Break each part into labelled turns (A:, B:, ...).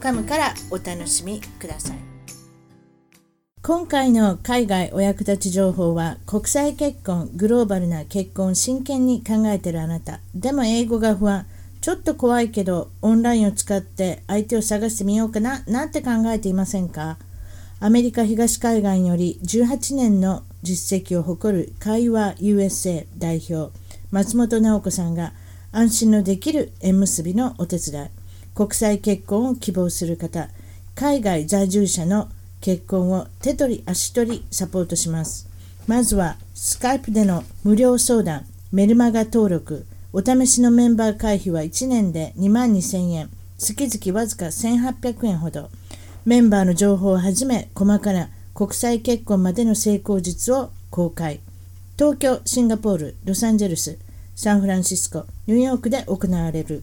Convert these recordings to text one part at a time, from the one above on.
A: .com からお楽しみください今回の海外お役立ち情報は国際結婚グローバルな結婚を真剣に考えてるあなたでも英語が不安ちょっと怖いけどオンラインを使って相手を探してみようかななんて考えていませんかアメリカ東海岸より18年の実績を誇る会話 USA 代表松本直子さんが安心のできる縁結びのお手伝い国際結婚を希望する方海外在住者の結婚を手取り足取りサポートしますまずはスカイプでの無料相談メルマガ登録お試しのメンバー会費は1年で2万2000円月々わずか1800円ほどメンバーの情報をはじめ細かな国際結婚までの成功術を公開東京シンガポールロサンゼルスサンフランシスコニューヨークで行われる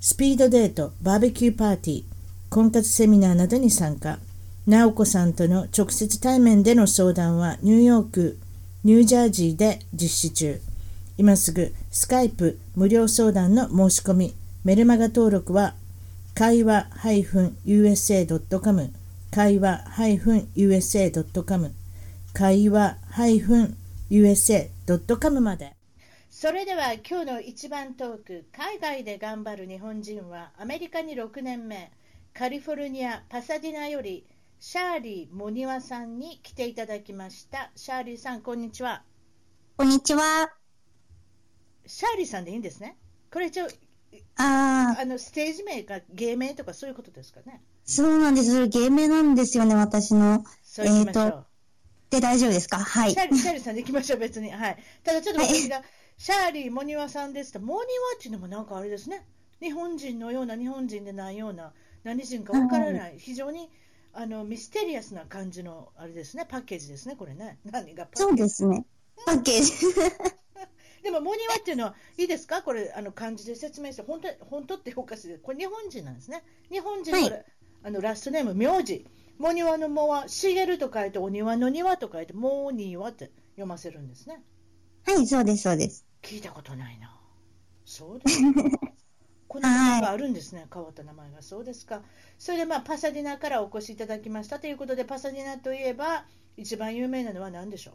A: スピードデートバーベキューパーティー婚活セミナーなどに参加直子さんとの直接対面での相談はニューヨークニュージャージーで実施中今すぐスカイプ無料相談の申し込みメルマガ登録は会話 -usa.com 会話 -usa.com 会話 -usa.com までそれでは今日の一番トーク海外で頑張る日本人はアメリカに6年目カリフォルニアパサディナよりシャーリー・モニワさんに来ていただきましたシャーリーさんこんにちは
B: こんにちは。
A: シャーリーさんでいいんですねこれ一応
B: ああ、
A: あのステージ名か芸名とかそういうことですかね
B: そうなんです。それ芸名なんですよね、私の。
A: そう言いましょう、
B: えーで、大丈夫ですかはい
A: シャ。ーリーシャーリーさんでいきましょう別にはいただちょっと私が、シャーリー・モニワさんですとモニワっていうのもなんかあれですね日本人のような日本人でないような何人かわからない、非常にあのミステリアスな感じのあれですねパッケージですねこれね何がパッケージ
B: そうですね。パッケージ。
A: でも、モニワっていうのは、いいですか、これ、あの漢字で説明して、本当、本当っておかしいです。これ、日本人なんですね。日本人の、
B: はい
A: これあのラストネーム、名字。モニワのモは、しげると書いて、お庭の庭と書いて、モーニワって読ませるんですね。
B: はい、そうです、そうです。
A: 聞いたことないな。そうです か。この名前があるんですね、変わった名前が。そうですか。それで、まあ、パサディナからお越しいただきましたということで、パサディナといえば、一番有名なのは何でしょう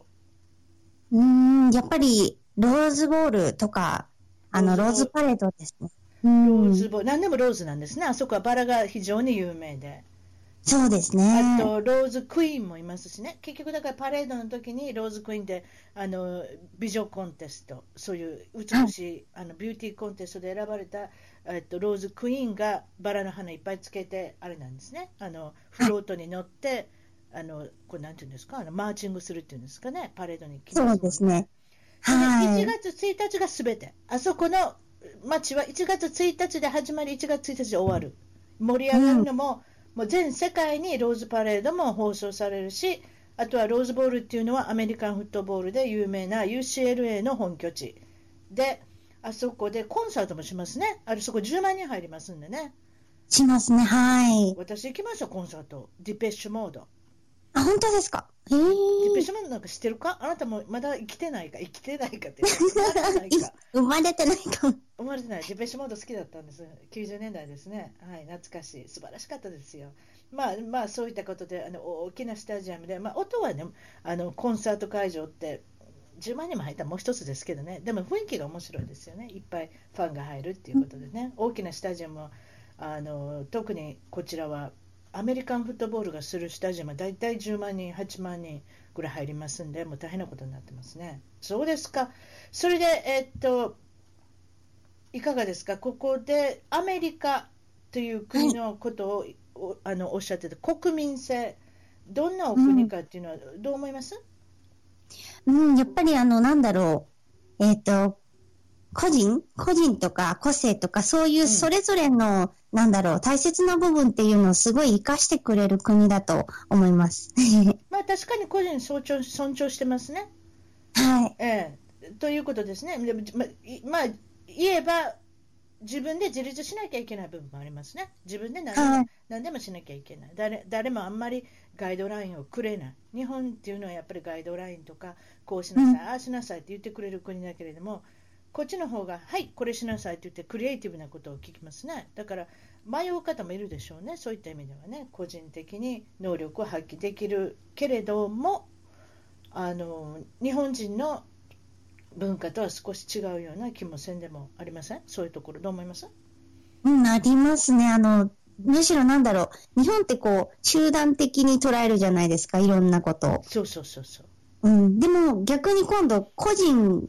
B: うーん、やっぱり、ローズボールとか、あの、
A: ロー
B: ロー
A: ズ
B: ズ
A: ボ
B: パレードですね。うん
A: ローズボール、何でもローズなんですね、あそこはバラが非常に有名で、
B: そうです
A: あ
B: ね。
A: とローズクイーンもいますしね、結局、だからパレードの時にローズクイーンであの美女コンテスト、そういう美しい、あのビューティーコンテストで選ばれた、えっと、ローズクイーンがバラの花いっぱいつけて、あれなんですね、あのフロートに乗って、あのこれなんていうんですか、あのマーチングするっていうんですかね、パレードに来ますもん
B: そ
A: ね
B: うですね。は
A: 1
B: い。
A: 月1日がすべて、あそこの町は1月1日で始まり、1月1日で終わる、盛り上がるのも、もう全世界にローズパレードも放送されるし、あとはローズボールっていうのはアメリカンフットボールで有名な UCLA の本拠地で、あそこでコンサートもしますね、あれそこ10万人入りますんでね、
B: しますね、はい。
A: 私行きました、コンサート、ディペッシュモード。
B: あ、本当ですかへえ。
A: ディペッシュモードなんか知ってるかあなたもまだ生きてないか、生きてない かって言うか、生まれてないか。
B: 生まれてないかも。
A: 生まれてない、デペッシュモード好きだったんです、90年代ですね、はい、懐かしい、素晴らしかったですよ、まあ、まあ、そういったことで、あの大きなスタジアムで、まあ、音はねあの、コンサート会場って、10万人も入ったらもう一つですけどね、でも雰囲気が面白いですよね、いっぱいファンが入るっていうことでね、大きなスタジアムはあの、特にこちらは、アメリカンフットボールがするスタジアムは大体10万人、8万人ぐらい入りますんで、もう大変なことになってますね。そうですかそれで、えっといかがですか、ここでアメリカという国のことを、おあのおっしゃってた、国民性、どんなお国かっていうのは、どう思います、
B: うん、やっぱりあの、なんだろう。えっ、と、個人個人とか個性とか、そういうそれぞれの、なんだろう、大切な部分っていうのをすごい活かしてくれる国だと思います。
A: まあ確かに個人尊重尊重してますね。
B: はい。
A: ええ、ということですね。でもまいまあ言えば自分で自立しなきゃいけない部分もありますね。自分で何でも,、
B: はい
A: 何でもしなきゃいけない誰。誰もあんまりガイドラインをくれない。日本っていうのはやっぱりガイドラインとかこうしなさい、
B: うん
A: ああしなさいって言ってくれる国だけれども、こっちの方がはいこれしなさいって言ってクリエイティブなことを聞きますね。だから迷う方もいるでしょうね。そういった意味ではね、個人的に能力を発揮できるけれども。あの日本人の文化とは少し違うような気もせんでもありませんそういうところどう思います
B: うん、ありますね。あの、むしろなんだろう、日本ってこう、集団的に捉えるじゃないですか、いろんなことを。
A: そうそうそうそう
B: うん、でも逆に今度、個人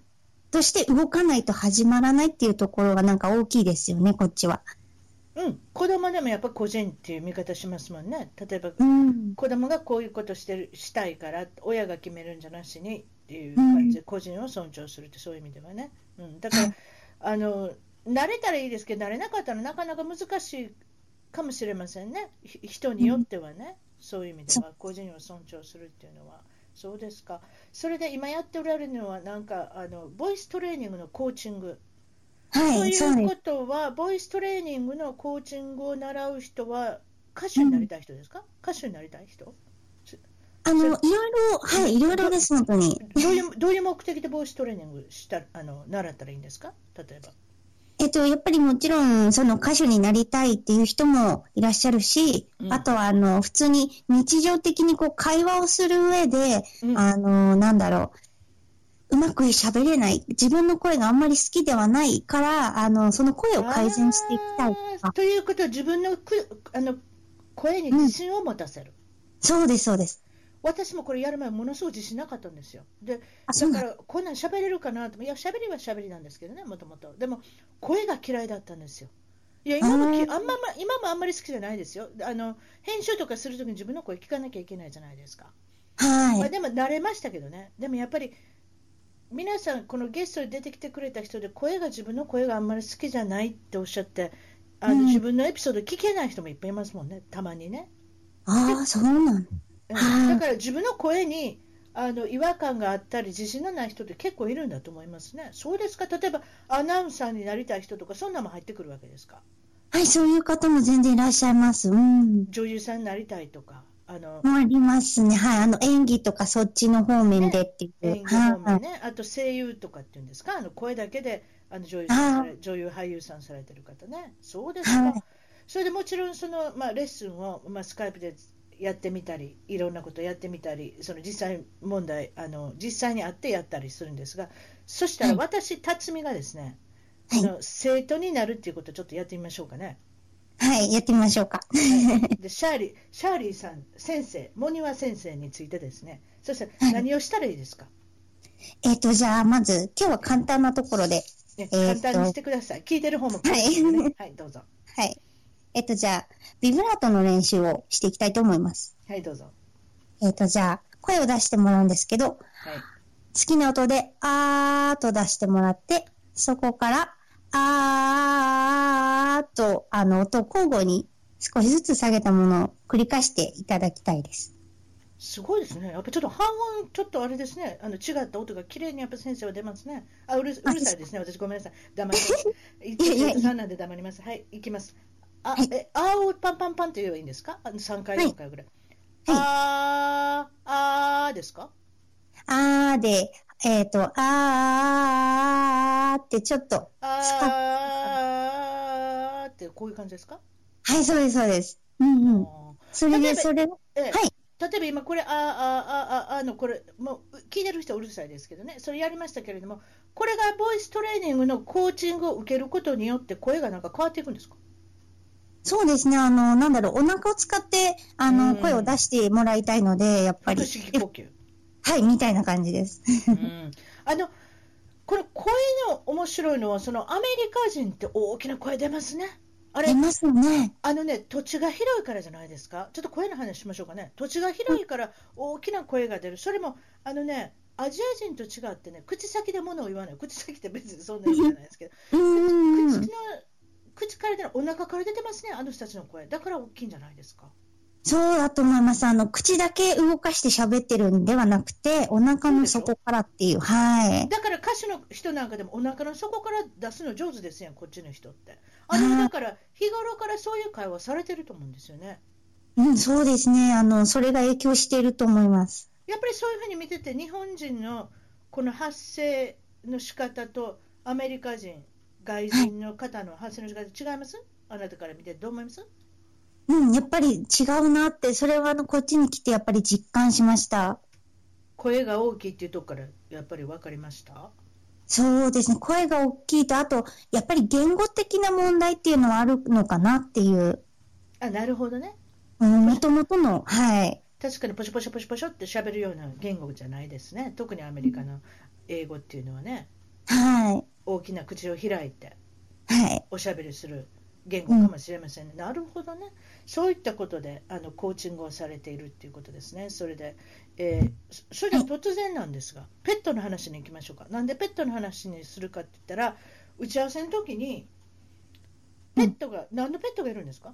B: として動かないと始まらないっていうところがなんか大きいですよね、こっちは。
A: うん子供でもやっぱ個人っていう見方しますもんね例えば
B: うん。
A: 子供がこういうことしてるしたいから親が決めるんじゃなしにっていう感じで個人を尊重するってそういう意味ではね、うん、だから あの慣れたらいいですけど慣れなかったらなかなか難しいかもしれませんねひ人によってはね、そういう意味では個人を尊重するっていうのはそうですかそれで今やっておられるのはなんかあのボイストレーニングのコーチング
B: は
A: と
B: い、そう
A: い
B: で
A: う
B: す
A: こ。とは、ボイストレーニングのコーチングを習う人は、歌手になりたい人ですか、歌手になりたい人
B: あの、いろいろ、はい、いろいろです、本当に。
A: どう いうどういう目的でボイストレーニングしたあの習ったらいいんですか例えば。
B: えっと、やっぱりもちろん、その歌手になりたいっていう人もいらっしゃるし、
A: うん
B: あとは、あの、普通に日常的にこう、会話をする上で、
A: うん
B: あの、なんだろう、うまく喋れない、自分の声があんまり好きではないから、あの、その声を改善していきたいと
A: あー
B: か。
A: ということは、自分のくあの声に自信を持たせる。
B: そうです、そうです。
A: 私もこれやる前、ものすごく自信なかったんですよ。で
B: あ、そ
A: だか
B: うなの
A: ら、こんなん喋れるかなと思いや、喋りは喋りなんですけどね、もともと。でも、声が嫌いだったんですよ。いや、今もき
B: あ
A: あん
B: ー
A: まま今もあんまり好きじゃないですよ。あの編集とかするときに自分の声聞かなきゃいけないじゃないですか。ま
B: は
A: あ、
B: い。
A: でも、慣れましたけどね。でも、やっぱり、皆さん、このゲストに出てきてくれた人で、声が自分の声があんまり好きじゃないっておっしゃって、あの
B: うん
A: 自分のエピソード聞けない人もいっぱいいますもんね、たまにね。
B: ああ、そうなの。
A: うん
B: は
A: だ
B: い
A: から自分の声にあの違和感があったり自信のない人って結構いるんだと思いますね。そうですか。例えばアナウンサーになりたい人とかそんなのも入ってくるわけですか。
B: はい、そういう方も全然いらっしゃいます。うん。
A: 女優さんになりたいとかあの
B: もありますね。はい。あの、演技とかそっちの方面でっていう。
A: 演技方面ね、あと声優とかっていうんですか。あの声だけであの女優さんされ女優俳優さんされてる方ね。そうですか。
B: はい
A: それでもちろんそのまあレッスンをまあスカイプでやってみたり、いろんなことやってみたり、その実際問題あの実際に会ってやったりするんですが、そしたら
B: は
A: 私辰巳がですね、
B: はい
A: あの生徒になるっていうことをちょっとやってみましょうか ね。
B: はい。はい、やってみましょうか。
A: でシャーリーシャーリーさん先生、モニワ先生についてですね。そした
B: は
A: ら
B: い
A: 何をしたらいいですか。
B: えっ、と、じゃあ、まず、今日は簡単なところで。
A: ね、
B: えーと
A: 簡単にしてください。聞いてる方も聞いてね。はい、どうぞ。
B: はい。えっ、と、じゃあ、ビブラートの練習をしていきたいと思います。
A: はいどうぞ。
B: えっ、と、じゃあ、声を出してもらうんですけど、好
A: はい。
B: きな音で、あーと出してもらって、そこから、あーと、あの、音を交互に少しずつ下げたものを繰り返していただきたいです。
A: すごいですね。やっぱちょっと半音、ちょっとあれですね。あの違った音が綺麗にやっぱ先生は出ますね。あ、うるうるさいですね。私ごめんなさい。黙ります。
B: やいや
A: 一応さんなんで黙ります。はい、行きます。あ、
B: はい
A: え、あーをパンパンパンって言えばいいんですか？あの三回
B: はい
A: 四回ぐらい。
B: はい
A: あーあーですか？
B: あーで、えっ、と、あーあーってちょっと、
A: あーってこういう感じですか？
B: はい、そうです、そうです。うんうん。
A: あ
B: それ
A: 例え
B: で、
A: ば
B: それを、
A: ーええ
B: はい
A: 例えば今これあーあーあーあーあーのこれもう聞いてる人はうるさいですけどねそれやりましたけれどもこれがボイストレーニングのコーチングを受けることによって声がなんか変わっていくんですか
B: そうですね。あの、なんだろう、お腹を使って、あ
A: うん
B: の、声を出してもらいたいので、やっぱり
A: 腹。式呼 吸、
B: はい、みたいな感じです。
A: うん、あのこの声の面白いのはそのアメリカ人って大きな声出ますねあれ
B: 出ますよね。
A: あのね土地が広いからじゃないですかちょっと声の話しましょうかね土地が広いから大きな声が出るそれもあのねアジア人と違ってね、口先で物を言わない。口先って別にそんな意味じゃないですけど、
B: うんうんう
A: 口の
B: ん。
A: 口から出る、お腹から出てますね、あの人たちの声。だから大きいんじゃないですか。
B: そうだと思います。あの、口だけ動かして喋ってるんではなくて、お腹の底からっていう。はい。
A: だから歌手の人なんかでもお腹の底から出すの上手ですやん、こっちの人って。あの、だから日頃からそういう会話されてると思うんですよね。
B: うん、そうですね。あの、それが影響していると思います。
A: やっぱりそういうふうに見てて、日本人のこの発声の仕方とアメリカ人、外人の方の発声の仕方違いますあなたから見てどう思います
B: うん、やっぱり違うなって、それはあの、こっちに来てやっぱり実感しました。
A: 声が大きいっていうところからやっぱり分かりました
B: そうですね。声が大きいと、あと、やっぱり言語的な問題っていうのはあるのかなっていう。
A: あ、なるほどね。
B: うん、もともとの、はい。
A: 確かにポシポシポシポシって喋るような言語じゃないですね。特にアメリカの英語っていうのはね、
B: はい。
A: 大きな口を開いて
B: はい。
A: おしゃべりする言語かもしれませんね。なるほどね。そういったことであのコーチングをされているっていうことですね。それで、えーそそれでは突然なんですが、ペットの話に行きましょうか。なんでペットの話にするかって言ったら、打ち合わせの時に、ペットが、何のペットがいるんですか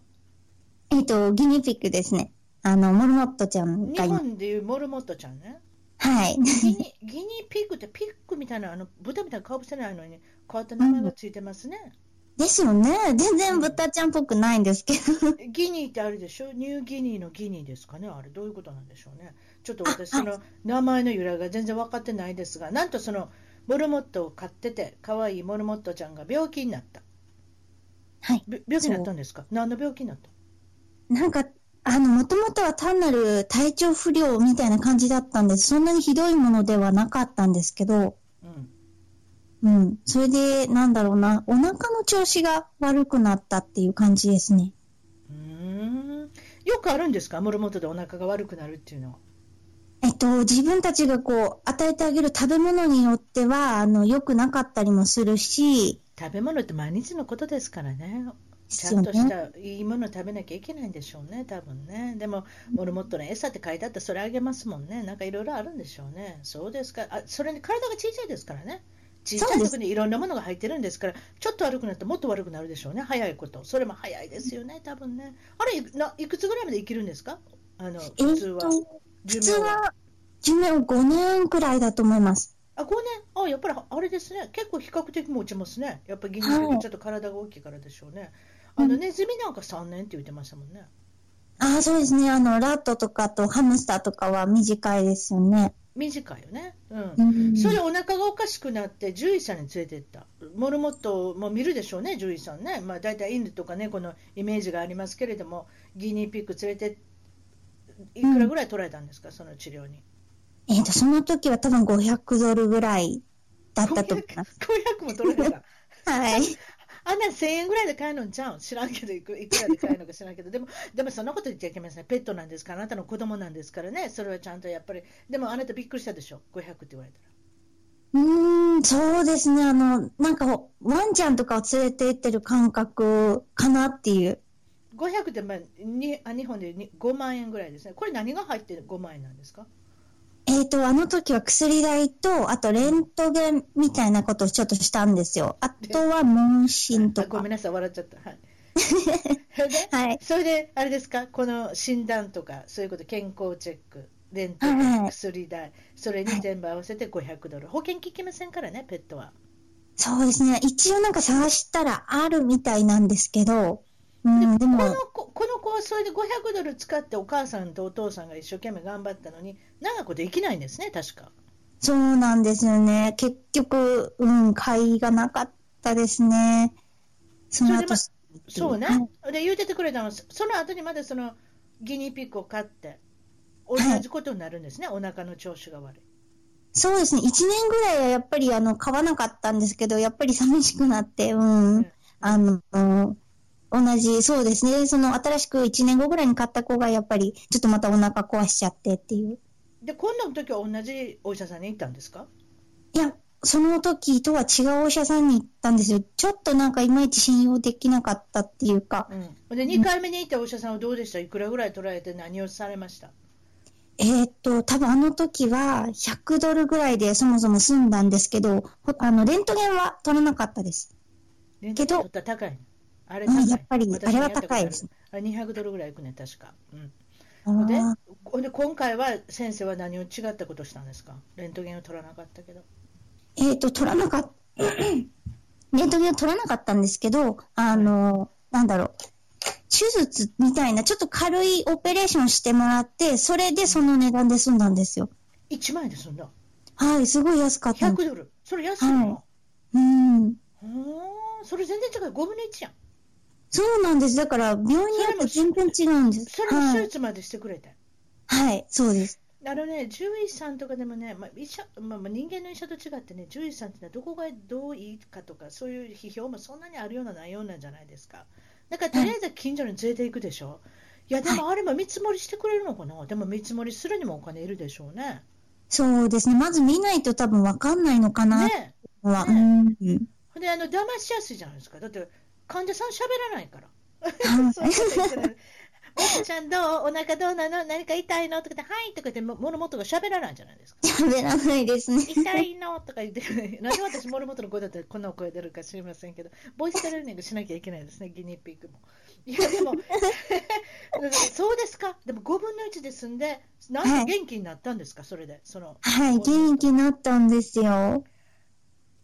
B: えっ、と、ギニピックですね。あの、モルモットちゃん
A: 日
B: がいます。
A: 本でいうモルモットちゃんね。
B: はい。
A: ギニギニピックってピックみたいなあの豚みたいな顔してないのに変わった名前がついてますね。
B: ですよね。全然豚ちゃんっぽくないんですけど。
A: ギニーってあるでしょニューギニーのギニーですかねあれどういうことなんでしょうね。ちょっと私
B: あは
A: そ
B: い
A: の名前の由来が全然分かってないですが、なんとそのモルモットを飼ってて可愛いモルモットちゃんが病気になった。
B: はい。
A: び病気になったんですか何の病気になった
B: なんか、あの、もともとは単なる体調不良みたいな感じだったんです。そんなにひどいものではなかったんですけど、
A: うん。
B: うん。それで、なんだろうな、お腹の調子が悪くなったっていう感じですね。
A: うーんよくあるんですかモルモットでお腹が悪くなるっていうのは。
B: えっと、自分たちがこう、与えてあげる食べ物によっては、あの、良くなかったりもするし、
A: 食べ物って毎日のことですからね。ち
B: 必
A: ゃ
B: 要
A: んとしたいいものを食べなきゃいけないんでしょうね、多分ね。でも、モルモットの餌って書いてあって、それあげますもんね。なんかいろいろあるんでしょうね。そうですか。あ、それに体が小さいですからね。小さ
B: そう
A: い
B: です
A: 時にいろんなものが入ってるんですから、ちょっと悪くなってもっと悪くなるでしょうね。早いこと。それも早いですよね、多分ね。あれ、いないくつぐらいまで生きるんですかあの、
B: え
A: 普
B: っ
A: 通は。
B: と、
A: 寿命
B: 普通は、寿命5年くらいだと思います。
A: あ、5年、あ、やっぱりあれですね、結構比較的もう落ちますね、やっぱりギニー
B: は
A: が
B: い
A: ちょっと体が大きいからでしょうね、
B: うん
A: あのネズミなんか3年って言ってましたもんね、
B: ああ、そうですね。あの、ラットとかとハムスターとかは短いですよね。
A: 短いよね、うん、
B: うん
A: それでお腹がおかしくなって、獣医さんに連れてった、モルモットも見るでしょうね、獣医さんね、まあ、大体犬とか猫のイメージがありますけれども、ギニーピック連れて、いくらぐらい取られたんですか、その治療に。
B: えっ、と、その時は多分500ドルぐらいだったと思い
A: 500
B: ます。
A: 500も取られた。
B: はい。
A: あんなん1000円ぐらいで買えるのんちゃうん知らんけどいく、いくらで買えるのか知らんけど、でも、でもそんなこと言っちゃいけません、ペットなんですから、あなたの子供なんですからね、それはちゃんとやっぱり、でもあなたびっくりしたでしょ、500って言われたら。
B: うーん、そうですね。あの、なんか、ワンちゃんとかを連れて行ってる感覚かなっていう。
A: 500って、まあ、にあ日本でに5万円ぐらいですね、これ何が入って5万円なんですか
B: えっ、と、あの時は薬代と、あとレントゲンみたいなことをちょっとしたんですよ。あとは問診と
A: あご
B: か
A: めん。なさい、笑っちゃった。 はい、それで、
B: はい。
A: それであれですか、この診断とか、そういうこと、健康チェック。レントゲン
B: はいはい
A: 薬代、それに全部合わせて500ドル、保険効きませんからね、ペットは。
B: そうですね。一応なんか探したらあるみたいなんですけど。うん、で
A: こ
B: も
A: の。子この子はそれで500ドル使ってお母さんとお父さんが一生懸命頑張ったのに長くできないんですね、確か。
B: そうなんですよね。結局、うん、買いがなかったですね。その後、
A: そそうね
B: はい。
A: で、言うててくれたのは、そその後にまだそのギニーピックを飼って、同じことになるんですね、お腹の調子が悪い。
B: そうですね。一年ぐらいはやっぱり、あの、買わなかったんですけど、やっぱり寂しくなって、うん。
A: うん
B: あの、うん同じ、そうですね。その、新しく一年後ぐらいに買った子が、やっぱり、ちょっとまたお腹壊しちゃってっていう。
A: で、今度の時は同じお医者さんに行ったんですか
B: いや、その時とは違うお医者さんに行ったんですよ。ちょっとなんか、いまいち信用できなかったっていうか。
A: うん。で、2回目に行ったお医者さんはどうでしたいくらぐらい取られて何をされました
B: えーっと、多分あの時は100ドルぐらいでそもそも済んだんですけど、ほあの、レントゲンは取れなかったです。
A: レン
B: けど
A: ちょっと高い。あれ
B: う
A: 高
B: ん
A: い、
B: やっぱり
A: 私
B: あれは
A: やったこと
B: 高い
A: る
B: です。
A: あれ200ドルぐらいいくね、確か。うん。
B: あ
A: ほんで
B: ー、
A: ほんで今回は先生は何を違ったことしたんですかレントゲンを取らなかったけど。
B: えーっと、取らなかった、レントゲンを取らなかったんですけど、あの、なんだろう。手術みたいな、ちょっと軽いオペレーションしてもらって、それでその値段で済んだんですよ。
A: 1万円で済んだ。
B: はい、すごい安かったんで
A: 100
B: す。
A: ドル。それ安いの、
B: うん。
A: ほーんそれ全然違う。5分の1やん。
B: そうなんです。だから、病院によって全然違うんです。
A: それも
B: は
A: 手
B: い。
A: 術までしてくれて。
B: はい、そうです。
A: あのね、獣医さんとかでもね、まあ医者まあ、まあ人間の医者と違ってね、獣医さんってのはどこがどういいかとか、そういう批評もそんなにあるようなないようなんじゃないですか。だからとりあえず近所に連れていくでしょ。いや、でもあれも見積もりしてくれるのかな、でも見積もりするにもお金いるでしょうね。
B: そうですね。まず見ないと多分わかんないのかな、
A: ね
B: は。
A: ね
B: うん。
A: ほんであの騙しやすいじゃないですか。だって患者さん喋らないから。
B: はい
A: そういうこと言ってない。ももちゃんどうお腹どうなの何か痛いのとか言って、はいとか言って、も物元が喋らないじゃないですか。
B: 喋らないですね。
A: 痛いのとか言って、なんで私、モルモットの声だったらこんな声出るか知りませんけど、ボイストレーニングしなきゃいけないですね、ギニーピークも。いや、でも、 そうですか、でも5分の1で済んで、な
B: は
A: ん
B: い
A: で元気になったんですか、それで、その
B: はい、元気になったんですよ。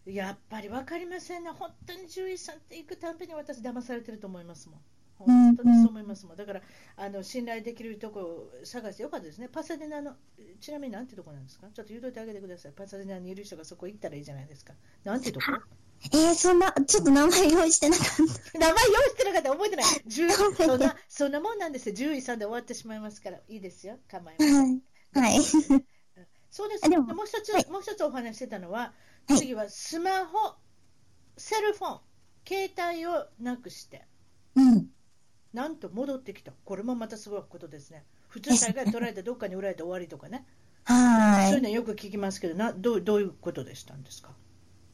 A: やっぱり分かりませんね、本当に獣医さんって行くたんびに私、騙されてると思いますもん。
B: うんう
A: 本
B: ん
A: 当にそう思いますもん。だから、あの信頼できるとこを探してよかったですね。パサデナの、ちなみになんてとこなんですかちょっと言うといてあげてください。パサデナにいる人がそこ行ったらいいじゃないですか。なんてとこ
B: えー、そんな、ちょっと名前用意してなかっ た。
A: 名前用意してなかったら覚えてない。獣そんな、そんなもんなんですよ。獣医さんで終わってしまいますから、いいですよ。構いません。
B: はい。はい。
A: そうです。
B: あ
A: で
B: で
A: も
B: も
A: う一つ、
B: はい
A: もう一つお話ししてたのは、
B: はい
A: 次はスマホ、セルフォン、携帯をなくして、
B: うん。
A: なんと戻ってきた。これもまたすごいことですね。普通、災害取られてどっかに売られて終わりとかね。そう
B: は
A: いう
B: い。
A: のよく聞きますけど、などうどういうことでしたんですか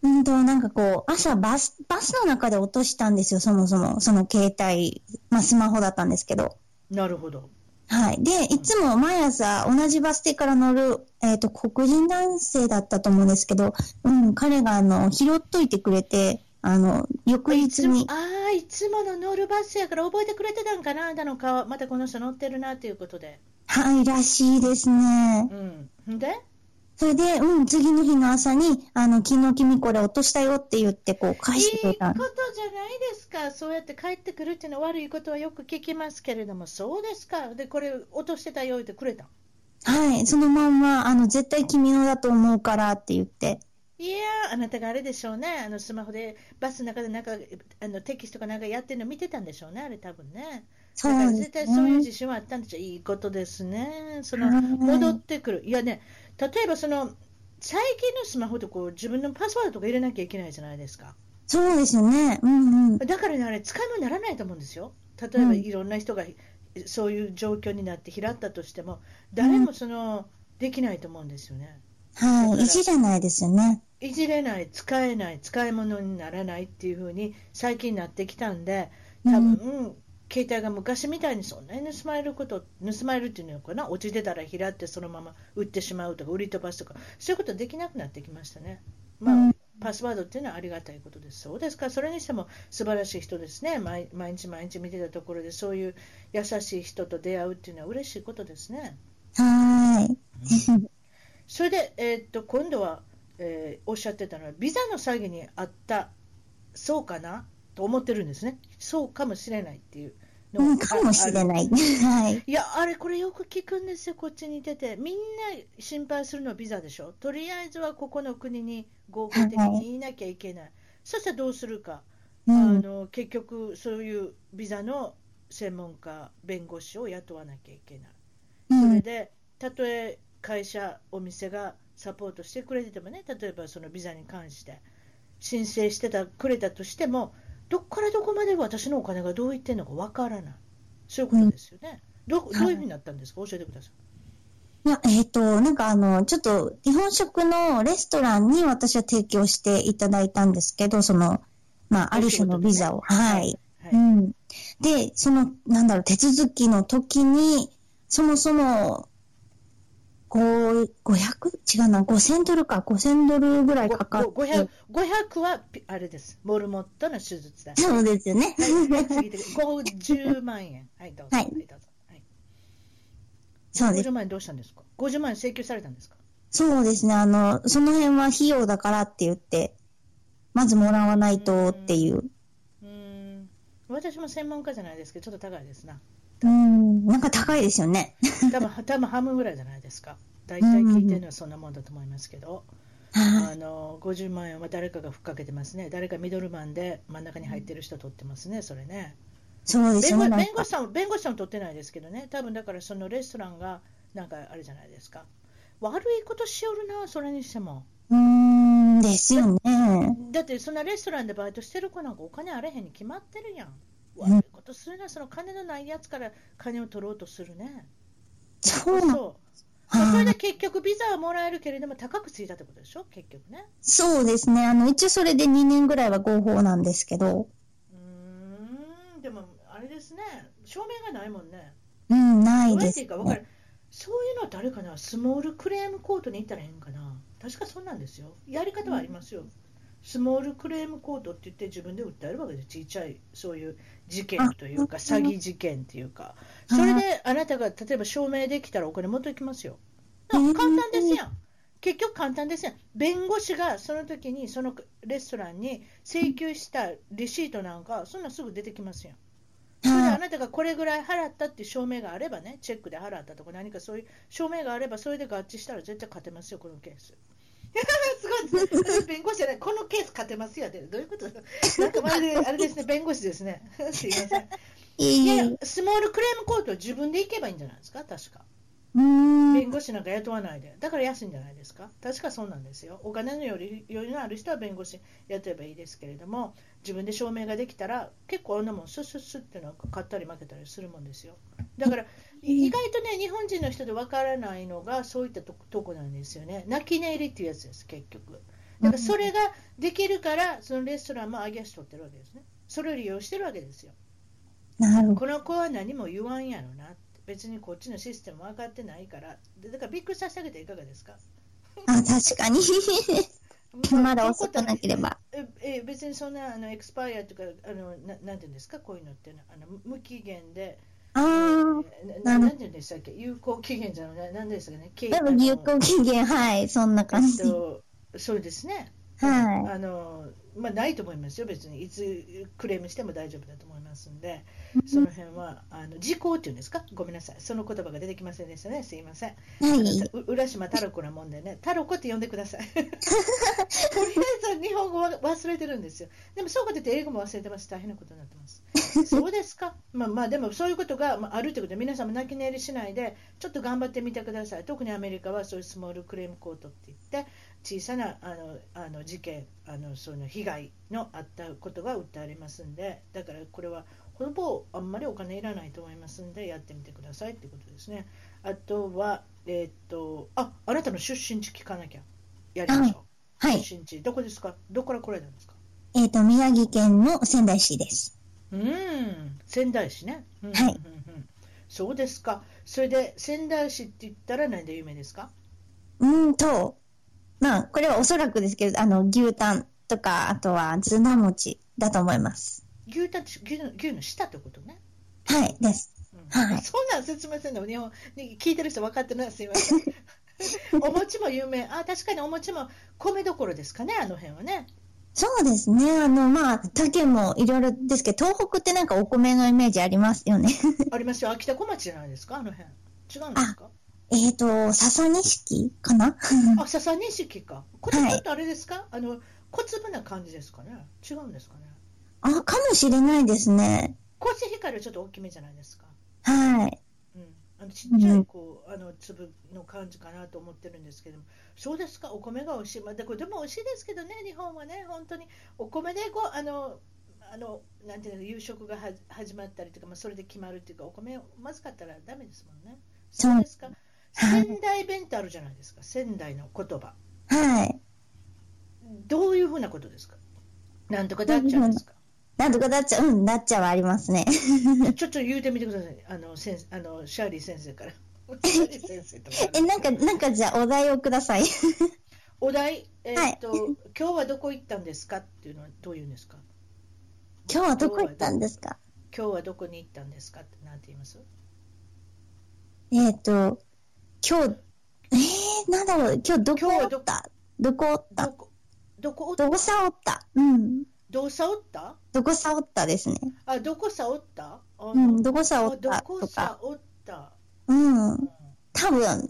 B: うんと、なんかこう、朝バス、バスの中で落としたんですよ、そもそも。その携帯、まあスマホだったんですけど。
A: なるほど。
B: はい。で、いつも毎朝同じバス停から乗る、えっ、と、黒人男性だったと思うんですけど、うん、彼があの、拾っといてくれて、あの、翌
A: い
B: 日
A: つも
B: に、
A: ああ、いつもの乗るバスやから覚えてくれてたんかな、あんたの顔、またこの人乗ってるなということで。
B: はい、らしいですね。
A: うん。んで
B: それで、うん、次の日の朝に、あの、昨日君これ落としたよって言って、こう、返してく
A: い
B: れ
A: いことじ
B: た
A: ゃなんいですか、そうやって帰ってくるっていうのは悪いことはよく聞きますけれども、そうですか、でこれ、落としてたよってくれた。
B: はい、そのまんま、あの、絶対君のだと思うからって言って。
A: いやー、あなたがあれでしょうね、あのスマホでバスの中でなんかあのテキストかなんかやってるの見てたんでしょうね、あれ、多分ね。
B: そ
A: だから
B: うで
A: 絶
B: す
A: 対そういう
B: ね。
A: 自信はあったんでしょう、いいことですね、その
B: はい
A: 戻ってくる、いやね、例えばその最近のスマホってこう自分のパスワードとか入れなきゃいけないじゃないですか。
B: そうですよね。うんうん。
A: だからね、あれ、使い物にならないと思うんですよ。例えば、
B: うん
A: いろんな人がそういう状況になって開ったとしても、誰もその、できないと思うんですよね。だか
B: は
A: ら
B: い、いじらないですよね。
A: いじれない、使えない、使い物にならないっていう風に最近なってきたんで、多分、携帯が昔みたいにそんなに盗まれること、盗まれるっていうのかな、落ちてたら拾ってそのまま売ってしまうとか、売り飛ばすとか、そういうことできなくなってきましたね。まあ、
B: うん
A: パスワードっていうのはありがたいことです。そうですか、それにしても素晴らしい人ですね。毎毎日毎日見てたところで、そういう優しい人と出会うっていうのは嬉しいことですね。
B: はーい。
A: それで、えーっと今度は、えーおっしゃってたのはビザの詐欺にあったそうかなと思ってるんですねそうかもしれないっていうの
B: うん、かもしれ
A: い
B: ない。はい。
A: いやあれこれよく聞くんですよこっちにいててみんな心配するのはビザでしょとりあえずはここの国に合法的にいなきゃいけない、そしたらどうするか、
B: う
A: あ
B: ん。
A: の結局そういうビザの専門家弁護士を雇わなきゃいけないそれで、たとえ会社、お店がサポートしてくれててもね、例えばそのビザに関して申請してたくれたとしても、どこからどこまで私のお金がどういってんのかわからない、そういうことですよね。どどういうふうになったんですか、教えてください。
B: いや、えっ、と、なんかあの、ちょっと日本食のレストランに私は提供していただいたんですけど、その、まあ、ある種のビザを。はい。
A: は
B: う
A: い
B: ん。で、その、なんだろう、手続きの時に、そもそも、 5、500? 違うな、5000ドルか、5000ドルぐらいかかっ
A: ごご500
B: て。
A: 500はピあれです、モルモットの手術 だ。
B: そうです よね。
A: 次で50万円。はい、どうぞ。
B: はい
A: はい、どうぞ。はい、
B: そうです
A: 50。万円どうしたんですか ?50 万円請求されたんですか
B: そうですね、あの、その辺は費用だからって言って、まずもらわないとっていう。
A: うーん、私も専門家じゃないですけど、ちょっと高いですな。
B: うん、なんか高いですよね。
A: 多分 多分半分ぐらいじゃないですか。大体聞いてるのはそんなもんだと思いますけど、あの50万円は誰かがふっかけてますね。誰かミドルマンで真ん中に入ってる人取ってますね、それね。
B: そうです
A: 弁
B: よね。
A: 護
B: なん
A: 弁
B: か
A: 護士さん弁護士さん取ってないですけどね、多分だからそのレストランがなんかあれじゃないですか。悪いことしよるな、それにしても。
B: うーん、ですよね。
A: だってそんなレストランでバイトしてる子なんかお金あれへんに決まってるやん。
B: ん
A: 悪いことするな、その金のないやつから金を取ろうとするね。
B: そうな
A: そうまあそれ
B: は
A: で
B: い
A: 結局ビザはもらえるけれども高くついたってことでしょ結局ね
B: そうですね。あの、一応それで2年ぐらいは合法なんですけど、
A: うーんでもあれですね証明がないもんね
B: うん、な
A: ど
B: いう
A: やっ
B: で
A: てい
B: す
A: いか分か
B: ね。
A: るそういうのは誰かなスモールクレームコートに行ったらへんかな確かそんなんですよやり方はありますよ、スモールクレームコートって言って自分で訴えるわけでちっちゃいそういう事件というか
B: あ
A: 詐欺事件というかそれであなたが例えば証明できたらお金持っていきますよな
B: うん
A: 簡単ですやん結局簡単ですやん弁護士がその時にそのレストランに請求したレシートなんかそんなんすぐ出てきますやんそれであ
B: は
A: なたがこれぐらい払ったっていう証明があればね、チェックで払ったとか何かそういう証明があれば、それで合致したら絶対勝てますよ、このケース。すごいですね、私弁護士じゃない、このケース勝てますやで、どういうことなんかまるであれですね、弁護士ですね。すいません。
B: い。い
A: い
B: え
A: や
B: い
A: い
B: え
A: や。スモールクレームコートは自分で行けばいいんじゃないですか、確か。
B: うー
A: 弁
B: ん、
A: 護士なんか雇わないで、だから安いんじゃないですか、確かそうなんですよ、お金のより余裕のある人は弁護士雇えばいいですけれども、自分で証明ができたら、結構あんなもん、スッスッスッってなんか買ったり負けたりするもんですよ、だからい意外とね、日本人の人でわからないのが、そういったとことこなんですよね、泣き寝入りっていうやつです、結局。だからそれができるから、そのレストランも揚げ足取ってるわけですね、それを利用してるわけですよ。
B: なるほど。
A: この子は何も言わんやろなって別にこっちのシステム分かってないからでだからびっくりさせてあげていかがですか
B: あ、確 かに。まだ遅くなければ。
A: ええ別にそんなあのエクスパイアとかあのななんていうんですかこういうのってあの無期限で
B: あー、
A: え
B: な
A: な
B: る
A: なんていうんでしたっけ有効期限じゃないなんでしたっけねけ
B: 多分有効期限、はい、そんな感じ
A: えっ。とそうですね
B: はい
A: あのまあ、ないと思いますよ、別にいつクレームしても大丈夫だと思いますんで、その辺はあの時効っていうんですか、ごめんなさい、その言葉が出てきませんでしたね、すいません、
B: はい。
A: う浦島太郎子なもんでね、太郎子って呼んでください。とりあえず日本語は忘れてるんですよ。でもそうかといって英語も忘れてます。大変なことになってます。 そうですか。まあまあでもそういうことがまああるということで皆さんも泣き寝入りしないでちょっと頑張ってみてください。特にアメリカはそういうスモールクレームコートって言って小さなあのあの事件あのその被害のあったことが訴えれますんでだからこれはほぼあんまりお金いらないと思いますんでやってみてくださいってことですね。あとは、えーっと、あ、あなたの出身地聞かなきゃ。やりましょう。
B: はい。
A: 出身地、どこですかどこから来られたんですか
B: えっ、と、宮城県の仙台市です。
A: うーん、仙台市ね。うん
B: はい
A: うんうんうんそうですか。それで、仙台市って言ったら何で有名ですか
B: うーんと、まあ、これはおそらくですけど、あの、牛タンとか、あとはずな餅だと思います。
A: 牛たち牛の牛の舌ってことね。
B: はい、です。
A: うん
B: はい
A: そんなん説明せんの日本に聞いてる人分かってないすいま せん。お餅も有名。あ、確かにお餅も米どころですかね、あの辺はね。
B: そうですね。あの、まあ、他県もいろいろですけど、東北ってなんかお米のイメージあります よね。
A: ありますよ。秋田小町じゃないですか、あの辺。違うんですか
B: えっと、笹錦 かな
A: あ、笹錦か。これ
B: はい
A: ちょっとあれですか、あの小粒な感じですかね。違うんですかね。
B: あ、かもしれないですね。
A: コシヒカリはちょっと大きめじゃないですか。
B: はい。
A: うん。あのちっちゃ
B: う
A: い
B: ん
A: こうあの粒の感じかなと思ってるんですけども、そうですか。お米が美味しい。まあでこれでも美味しいですけどね。日本はね、本当にお米でこうあの。あのなんていうの夕食がは始まったりとか、まあ、それで決まるっていうか、お米まずかったらダメですもんね。
B: そう
A: そうですか。仙台弁ってあるじゃないですか、仙台の言葉。
B: はい。
A: どういうふうなことですかなんとかだっちゃうんですか
B: なんとかだっちゃ、うん、だっちゃはありますね。
A: ちょっと言うてみてください。あの、先あのシャーリー先生から。谷先生とか
B: え、なんか、なんかじゃあお題をください。
A: お題、えーっと、
B: はい
A: 今日はどこ行ったんですかっていうのはどういうんですか
B: 今日はどこ行ったんですか
A: 今日はどこに行ったんですかってなんて言います
B: えっ、と、今日、えー、なんだろう、今日どこ
A: 今日は
B: お
A: ど
B: ったどこおっ
A: ど
B: た
A: こ、どこおっ、
B: どこさおったうん。
A: どうさおった
B: どこさおったですね。
A: あ、どこさおったう
B: うん、どこさお
A: あ
B: っ
A: ど
B: た
A: こと
B: か。
A: さおった。
B: うん
A: うん、
B: 多分。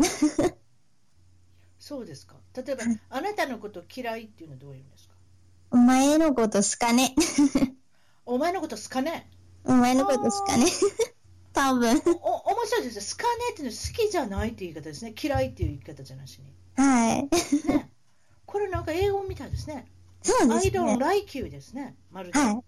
A: そうですか。例えば、あなたのこと嫌いっていうのはどういうんですか
B: お前のことすかね。
A: お前のこと好かね
B: お前のことすかね。多分。
A: え。お、面白いですね。好かねえっていうのは好きじゃないっていう言い方ですね。嫌いっていう言い方じゃなしに。
B: はい。
A: ね。これなんか英語みたいですね。
B: そうで
A: I
B: す
A: don't
B: ね。
A: like you ですね。まるで。
B: は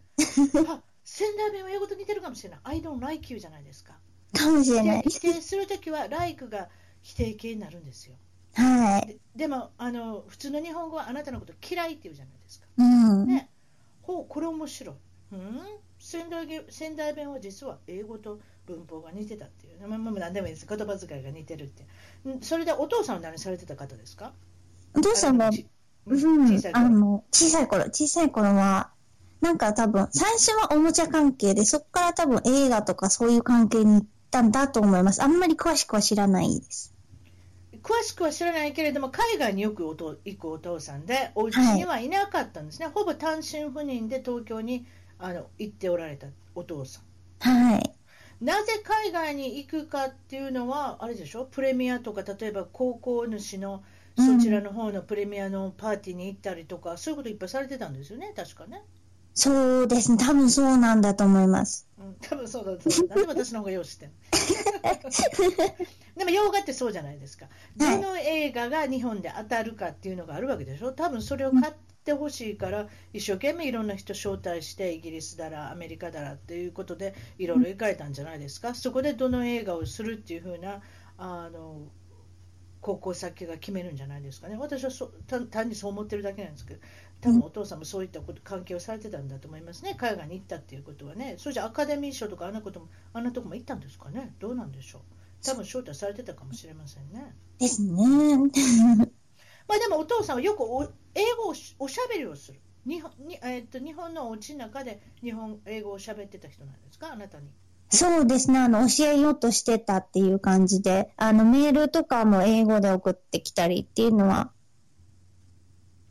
A: あ仙台弁は英語と似てるかもしれない。I don't like you じゃないですか。
B: い。かもしれない
A: で。否定するときは like が否定形になるんですよ。
B: はい。
A: ででもあの普通の日本語はあなたのこと嫌いって言うじゃないですか。
B: うん。
A: ねほうこれ面白い。うん仙台げ仙台弁は実は英語と文法が似てたっていう、まあ、まあ何でもいいです言葉遣いが似てるってんそれでお父さんは何されてた方ですか
B: お父さんが
A: あのち
B: う
A: うん
B: ん
A: 小さい、
B: あ
A: 頃
B: の、小さい頃、小さい頃は、なんか多分、最初はおもちゃ関係で、そっから多分映画とかそういう関係に行ったんだと思います。あんまり詳しくは知らないです。
A: 詳しくは知らないけれども海外によくおと行くお父さんでお家にはいなかったんですね、ほぼ単身赴任で東京にあの行っておられたお父さん
B: はい。
A: なぜ海外に行くかっていうのは、あれでしょ、プレミアとか、例えば高校主のそちらの方のプレミアのパーティーに行ったりとか、そういうこといっぱいされてたんですよね、確かね。
B: そうですね。多分そうなんだと思います。
A: うん、多分そうだと思う。なんで私の方が用意してんの でも洋画ってそうじゃないですか。
B: はい
A: どの映画が日本で当たるかっていうのがあるわけでしょ。多分それを買ってほしいから、一生懸命いろんな人招待して、イギリスだら、アメリカだらっていうことで、いろいろ行かれたんじゃないですか。そこでどの映画をするっていうふうな、あの、高校先が決めるんじゃないですかね。私はそう単単にそう思ってるだけなんですけど、多分お父さんもそういったこと関係をされてたんだと思いますね。海外に行ったっていうことはね。それじゃアカデミー賞とかあんなこともあんなとこも行ったんですかね。どうなんでしょう。多分招待されてたかもしれませんね。
B: ですね。
A: まあでもお父さんはよくお英語をしおしゃべりをする。日本にえーっと日本のお家の中で日本英語をしゃべってた人なんですかあなたに。
B: そうですね。あの、教えようとしてたっていう感じで、あの、メールとかも英語で送ってきたりっていうのは、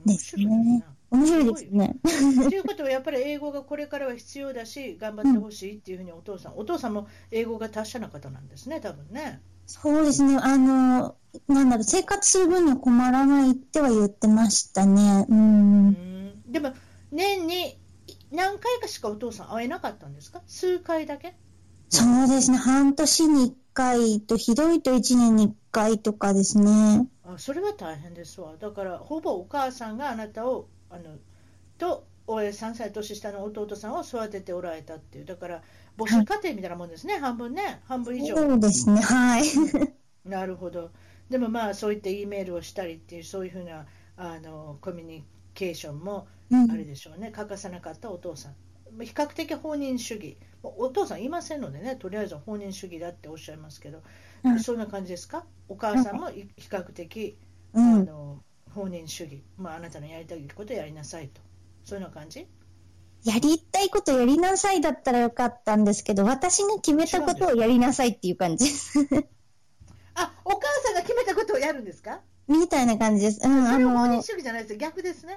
B: ですね
A: 面
B: 面白いですね。
A: 白いな。ということはやっぱり英語がこれからは必要だし頑張ってほしいっていうふうにお父さん、お父さんも英語が達者な方なんですね多分ね。
B: そうですね。あの、なんだろう、生活する分には困らないっては言ってましたね。
A: う
B: う。
A: んんでも年に何回かしかお父さん会えなかったんですか数回だけ
B: そうですね。半年に一回と、ひどいと一年に一回とかですね。
A: あそれは大変ですわだからほぼお母さんがあなたをあのとおえ3歳年下の弟さんを育てておられたっていうだから母子家庭みたいなもんですね、半分ね半分以上
B: そうですね。はい。
A: なるほどでもまあそういった E メールをしたりっていうそういうふうなあのコミュニケーションも
B: うん
A: あれでしょうね欠かさなかったお父さん比較的放任主義お父さんいませんのでねとりあえずは放任主義だっておっしゃいますけど、
B: うん
A: そんな感じですかお母さんもい比較的
B: う
A: あ
B: ん。
A: の放任主義、まあ、あなたのやりたいことをやりなさいと、そういうような感じ
B: やりたいことやりなさいだったらよかったんですけど、私が決めたことをやりなさいっていう感じです。
A: あお母さんが決めたことをやるんですか、
B: みたいな感じです。うん。
A: そ
B: あ
A: れは放
B: の
A: 任、主義じゃないですよ、逆ですね。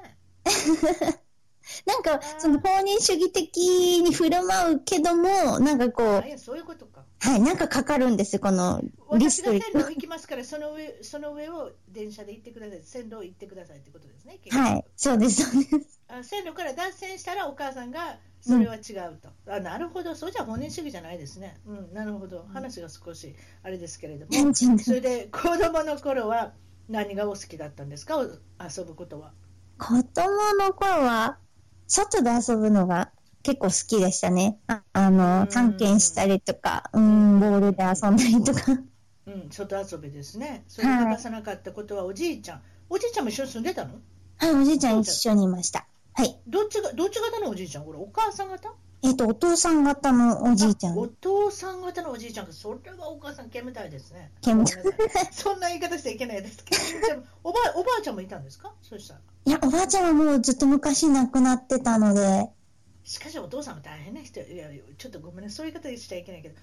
B: なんか、その、放任主義的に振る舞うけども、なんかこう
A: あい、やそういうことか。
B: はい、なんかかかるんですよ、この、リ
A: 私
B: ス
A: が
B: ト
A: 線
B: リクト
A: 路。行きますから、その上その上を電車で行ってください、線路を行ってくださいってことですね、結局
B: はい、そうです、そうです。
A: あ線路から脱線したらお母さんがそれは違うと、あなるほど、そうじゃ放任主義じゃないですね、うん、なるほど、話が少しあれですけれども、
B: 全然
A: それで子供の頃は何がお好きだったんですか、お遊ぶことは。
B: 子供の頃は、外で遊ぶのが結構好きでしたね。ああ
A: う
B: の、
A: ん
B: 探検したりとか、うん、ボールで遊んだりと か。
A: うん、外遊びですね。それを欠かさなかったことはおじいちゃん。おじいちゃんも一緒に住んでたの
B: はい、おじいちゃん一緒にいました。はい。
A: どっちが、どっち型のおじいちゃんこれ、お母さん方
B: えっと、お父さん方のおじいちゃ
A: お
B: ん。
A: 父さん方のおじいちゃんが、それはお母さん、煙たいですね。
B: 煙
A: ごめんなさいそんな言い方しちゃいけないですけど、でもおばあおばあちゃんもいたんですかそうしたら。
B: いや、おばあちゃんはもうずっと昔亡くなってたので、
A: しかしお父さんも大変な人、いや、ちょっとごめんね、そういう言い方しちゃいけないけど、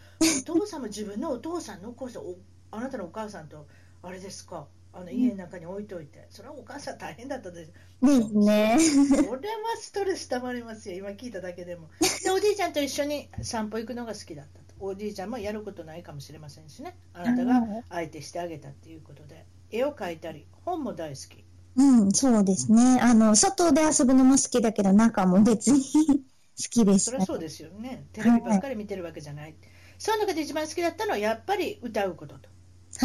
A: お父さんも自分のお父さん残して、おあなたのお母さんと、あれですか、あの家の中に置いといて、それはお母さん大変だったです。
B: ですね。
A: それはストレス溜まりますよ、今聞いただけでも。で、おじいちゃんと一緒に散歩行くのが好きだったと。おじいちゃんもやることないかもしれませんしね、あなたが相手してあげたっていうことで、絵を描いたり、本も大好き。
B: うん、そうですね。あの、外で遊ぶのも好きだけど、中も別に好きでし
A: そ
B: た
A: りゃ。そうですよね、テレビばっかり見てるわけじゃない。その中で一番好きだったのは、やっぱり歌うことと。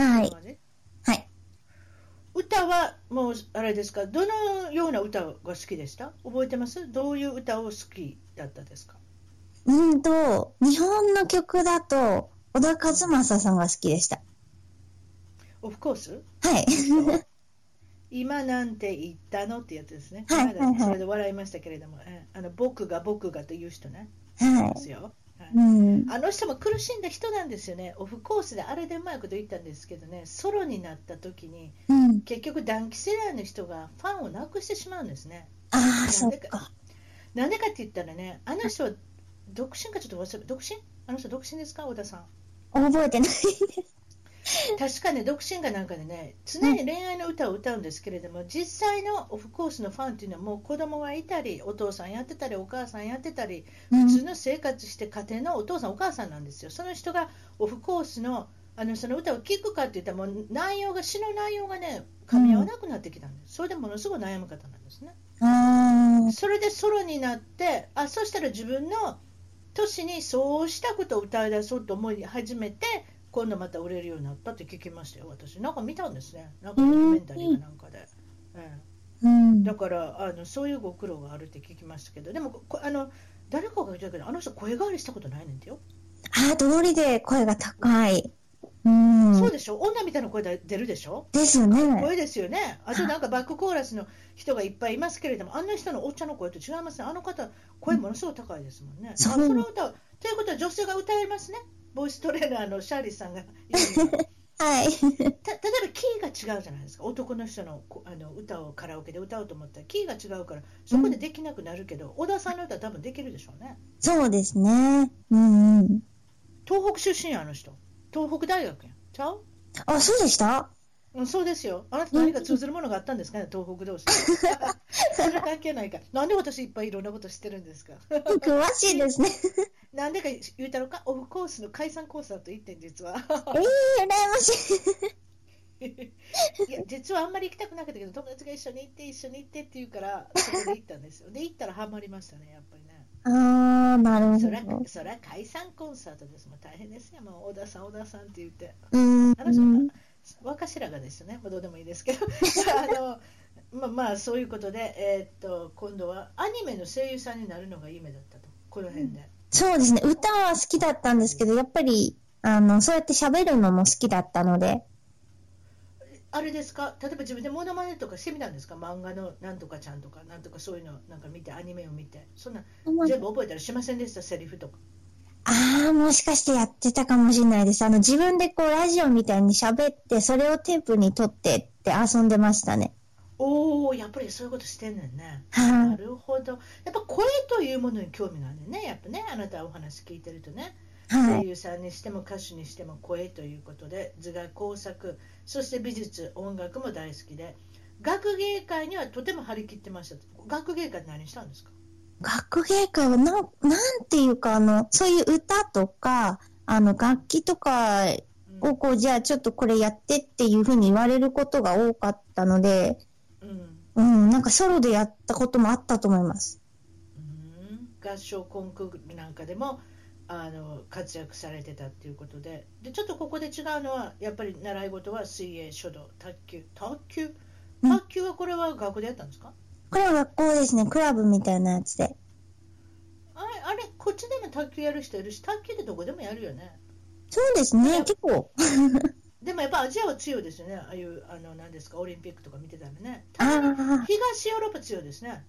B: はい。はい。
A: 歌はもうあれですか、どのような歌が好きでした覚えてますどういう歌を好きだったですか
B: うんと、日本の曲だと、小田和正さんが好きでした。
A: ?Of course?
B: はい。
A: 今なんて言ったのってやつですね。
B: はい
A: 今だね
B: はいはい
A: それで笑いましたけれども、えあの僕が僕がという人ね。
B: は
A: ですよ。はい
B: い。うん。
A: あの人も苦しんだ人なんですよね。オフコースであれでうまいこと言ったんですけどね、ソロになった時に、
B: うん。
A: 結局、短期世代の人がファンをなくしてしまうんですね。
B: ああ、そっか。
A: なんでかって言ったらね、あの人は独身かちょっと忘れ、独身あの人独身ですか、小田さん。
B: 覚えてないです。
A: 確かね、独身かなんかでね、常に恋愛の歌を歌うんですけれども、実際のオフコースのファンっていうのは、もう子供がいたり、お父さんやってたり、お母さんやってたり、
B: う
A: 普
B: ん
A: 通の生活して家庭のお父さん、お母さんなんですよ。その人がオフコースのあのその歌を聴くかって言ったら、もう内容が、詩の内容がね、噛み合わなくなってきたんです。それでものすごい悩む方なんですね。
B: あ
A: それでソロになって、あそしたら自分の年にそうしたことを歌い出そうと思い始めて、今度また売れるようになったって聞きましたよ、私。なんか見たんですね、なんかドキュメンタリーかなんかで。ええ
B: あ、うん。
A: だからあの、そういうご苦労があるって聞きましたけど、でも、こあの誰かが言ってたけど、あの人、声変わりしたことないねんてよ。
B: ああ、通りで声が高い。うん。
A: そうでしょ女みたいな声で出るでしょ
B: ですね。
A: 声ですよね。あとなんかバックコーラスの人がいっぱいいますけれども、あの人のお茶の声と違いますね。あの方、声ものすごい高いですもんね。あ
B: そう
A: その歌をということは女性が歌えますね。ボイストレーナーのシャーリーさ んが言うように
B: はい。
A: た例えばキーが違うじゃないですか。男の人のこあの歌をカラオケで歌おうと思ったらキーが違うから、そこでできなくなるけど、小田さんの歌は多分できるでしょうね。
B: そうですね。うんうん。
A: 東北出身やあの人。東北大学やん。ちゃう
B: あ、そうでした
A: うん、そうですよ。あなた何か通ずるものがあったんですかね、東北同士。 それは関係ない か。なんで私いっぱいいろんなこと知ってるんですか。
B: 詳しいですね。
A: なんでか言うたのか、オフコースの解散コンサート行ってん、実は。
B: ええー、羨ましい。
A: いや、実はあんまり行きたくなかったけど、友達が一緒に行って、一緒に行ってって言うから、そこで行ったんですよ。で、行ったらハマりましたね、やっぱりね。
B: ああ、なる
A: そりゃ
B: ほど。、
A: そりゃ解散コンサートです。もう大変ですよ。もう、小田さん、小田さんって言って。
B: うん。
A: あの人若白がですね、まあ、どうでもいいです けど、あのまあ、まあそういうことで、えーっと今度はアニメの声優さんになるのが夢だったと、この辺で。
B: そうですね。歌は好きだったんですけど、やっぱり、あの、そうやって喋るのも好きだったので。
A: あれですか、例えば自分でモノマネとかしてみたんですか、漫画のなんとかちゃんとか、なんとかそういうのなんか見て、アニメを見て、そんな全部覚えたりしませんでした、セリフとか。
B: ああ、もしかしてやってたかもしれないです。あの、自分でこう、ラジオみたいに喋って、それをテープに撮ってって遊んでましたね。
A: おお、やっぱりそういうことしてんねんね。
B: は。
A: ないるほど。やっぱ声というものに興味があるねんね、やっぱね、あなたお話聞いてるとね。
B: は
A: 声
B: い。
A: 優さんにしても歌手にしても声ということで図画工作そして美術音楽も大好きで学芸会にはとても張り切ってました学芸会って何したんですか
B: 学芸会は、なん、なんていうか、あの、そういう歌とか、あの、楽器とかをこう、じゃあちょっとこれやってっていうふうに言われることが多かったので、
A: うん、うん
B: うん、なんかソロでやったこともあったと思います。
A: うん合唱コンクールなんかでもあの活躍されてたっていうことででちょっとここで違うのはやっぱり習い事は水泳書道卓球卓球
B: うん
A: 卓球はこれは学校でやったんですか、
B: これは学校ですね、クラブみたいなやつで。
A: あれあれこっちでも卓球やる人いるし卓球ってどこでもやるよね
B: そうですね、結構。
A: でもやっぱアジアは強いですよね、ああいう、あの、なんですか、オリンピックとか見てたらね。
B: ああ、
A: 東ヨーロッパ強いですね。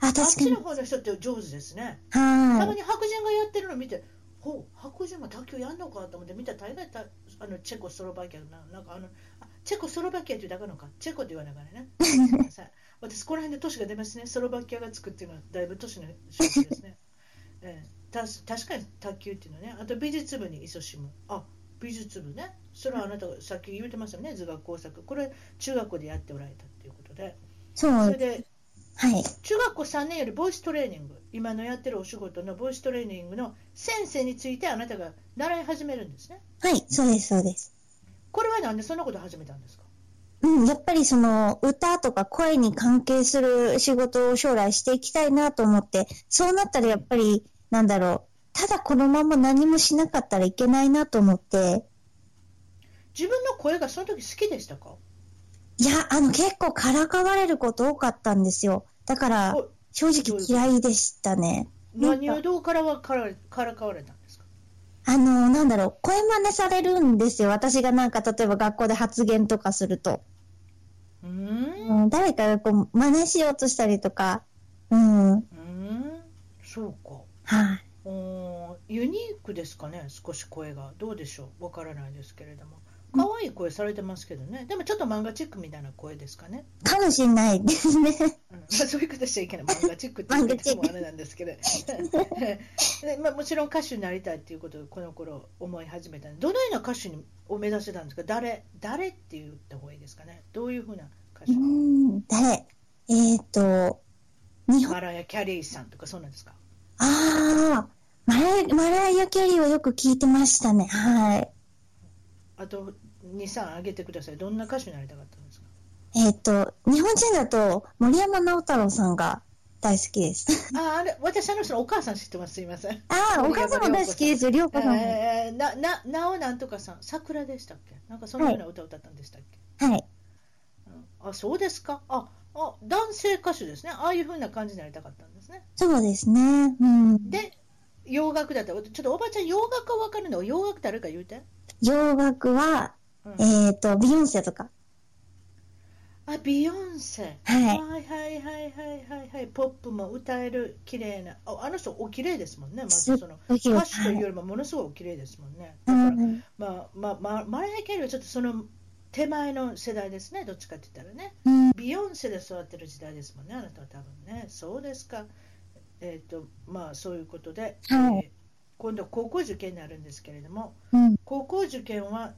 B: あ、
A: あっ
B: 確か
A: ち
B: に
A: の。方の人って上手ですね。たま
B: は
A: に白人がやってるの見て、ほう、白人も卓球やんのかと思って見たら大概たあのチェコスロバキアな、なんかあの、あチェコスロバキアって言うだけなのか、チェコって言わないからね。ごめんなさい私、この辺で年が出ますね。スロバキアがつくっていうのはだいぶ年の証拠ですね。 ええたし確かに卓球っていうのはね、あと美術部に勤しむ。あ美術部ね、それはあなたがさっき言ってましたよね、図画工作。これ、中学校でやっておられたっていうことで、
B: い。そう。
A: そ
B: は
A: れで
B: い。
A: 中学校3年よりボイストレーニング今のやってるお仕事のボイストレーニングの先生についてあなたが習い始めるんですね
B: はい。そうです、そうです。
A: これはなんでそんなこと始めたんですか
B: うん、やっぱりその歌とか声に関係する仕事を将来していきたいなと思って、そうなったらやっぱり、なんだろう、ただこのまま何もしなかったらいけないなと思って、
A: 自分の声がその時好きでしたか
B: いや、あの結構からかわれること多かったんですよ。だから
A: お、
B: 正直嫌いでしたね。
A: 何をどうからはからからかわれたんですか
B: あの、なんだろう、声真似されるんですよ。私がなんか、例えば学校で発言とかすると。
A: うーんう
B: うん、誰かがこう、真似しようとしたりとか。うん。はい、
A: ーんそうかうーんユニークですかね少し声がどうでしょうわからないですけれども可愛い声されてますけどねでもちょっと漫画チックみたいな声ですかね
B: かもしれないですね。
A: うんまあそういうことしちゃいけない、漫画チックって言ってもあれなんですけど、でまあ、もちろん歌手になりたいっていうことをこの頃思い始めたんでどのような歌手にを目指してたんですか、誰誰って言った方がいいですかね、どういうふうな歌
B: う
A: 手、
B: ん、誰えっ、ー、と、日本、
A: マラヤ・キャリーさんとか、そうなんですか、
B: ああ、マライマライア・キャリーはよく聞いてましたね。はい。
A: あと2、3挙げてください、どんな歌手になりたかったんですか、
B: えっ、と、日本人だと森山直太朗さんが大好 きです。
A: ああれ私、あの人のお母さん知ってます、すいません。
B: ああ、お母さんも大好きですよ、りょうこさんも。
A: えー、なななおなんとかさん、桜でしたっけ、なんかそのような歌を歌ったんでしたっけ。
B: はい。
A: あ、そうですか。あ、あ、男性歌手ですね。ああいう風な感じになりたかったんですね。
B: そうですね。うん。
A: で、洋楽だったら、ちょっとおばちゃん、洋楽は分かるの洋楽誰か言うて。
B: 洋楽は、
A: うん
B: えっ、と、ビヨンセとか。
A: あ、ビヨンセ。
B: は
A: はい
B: い。
A: はいはいはいはいはい。ポップも歌える、綺麗な。ああの人、お綺麗ですもんね。まずその、
B: すっごい
A: 歌
B: は
A: 手というよ
B: い。
A: りもものすごいお綺麗ですもんね。
B: う
A: だから、
B: ん
A: まあ、まあ、まあ、マライア・キャリーはちょっとその手前の世代ですね。どっちかって言ったらね。
B: うん
A: ビヨンセで育ってる時代ですもんね、あなたは多分ね。そうですか。えっ、と、まあそういうことで、
B: はい
A: えー今度高校受験になるんですけれども、
B: うん。
A: 高校受験は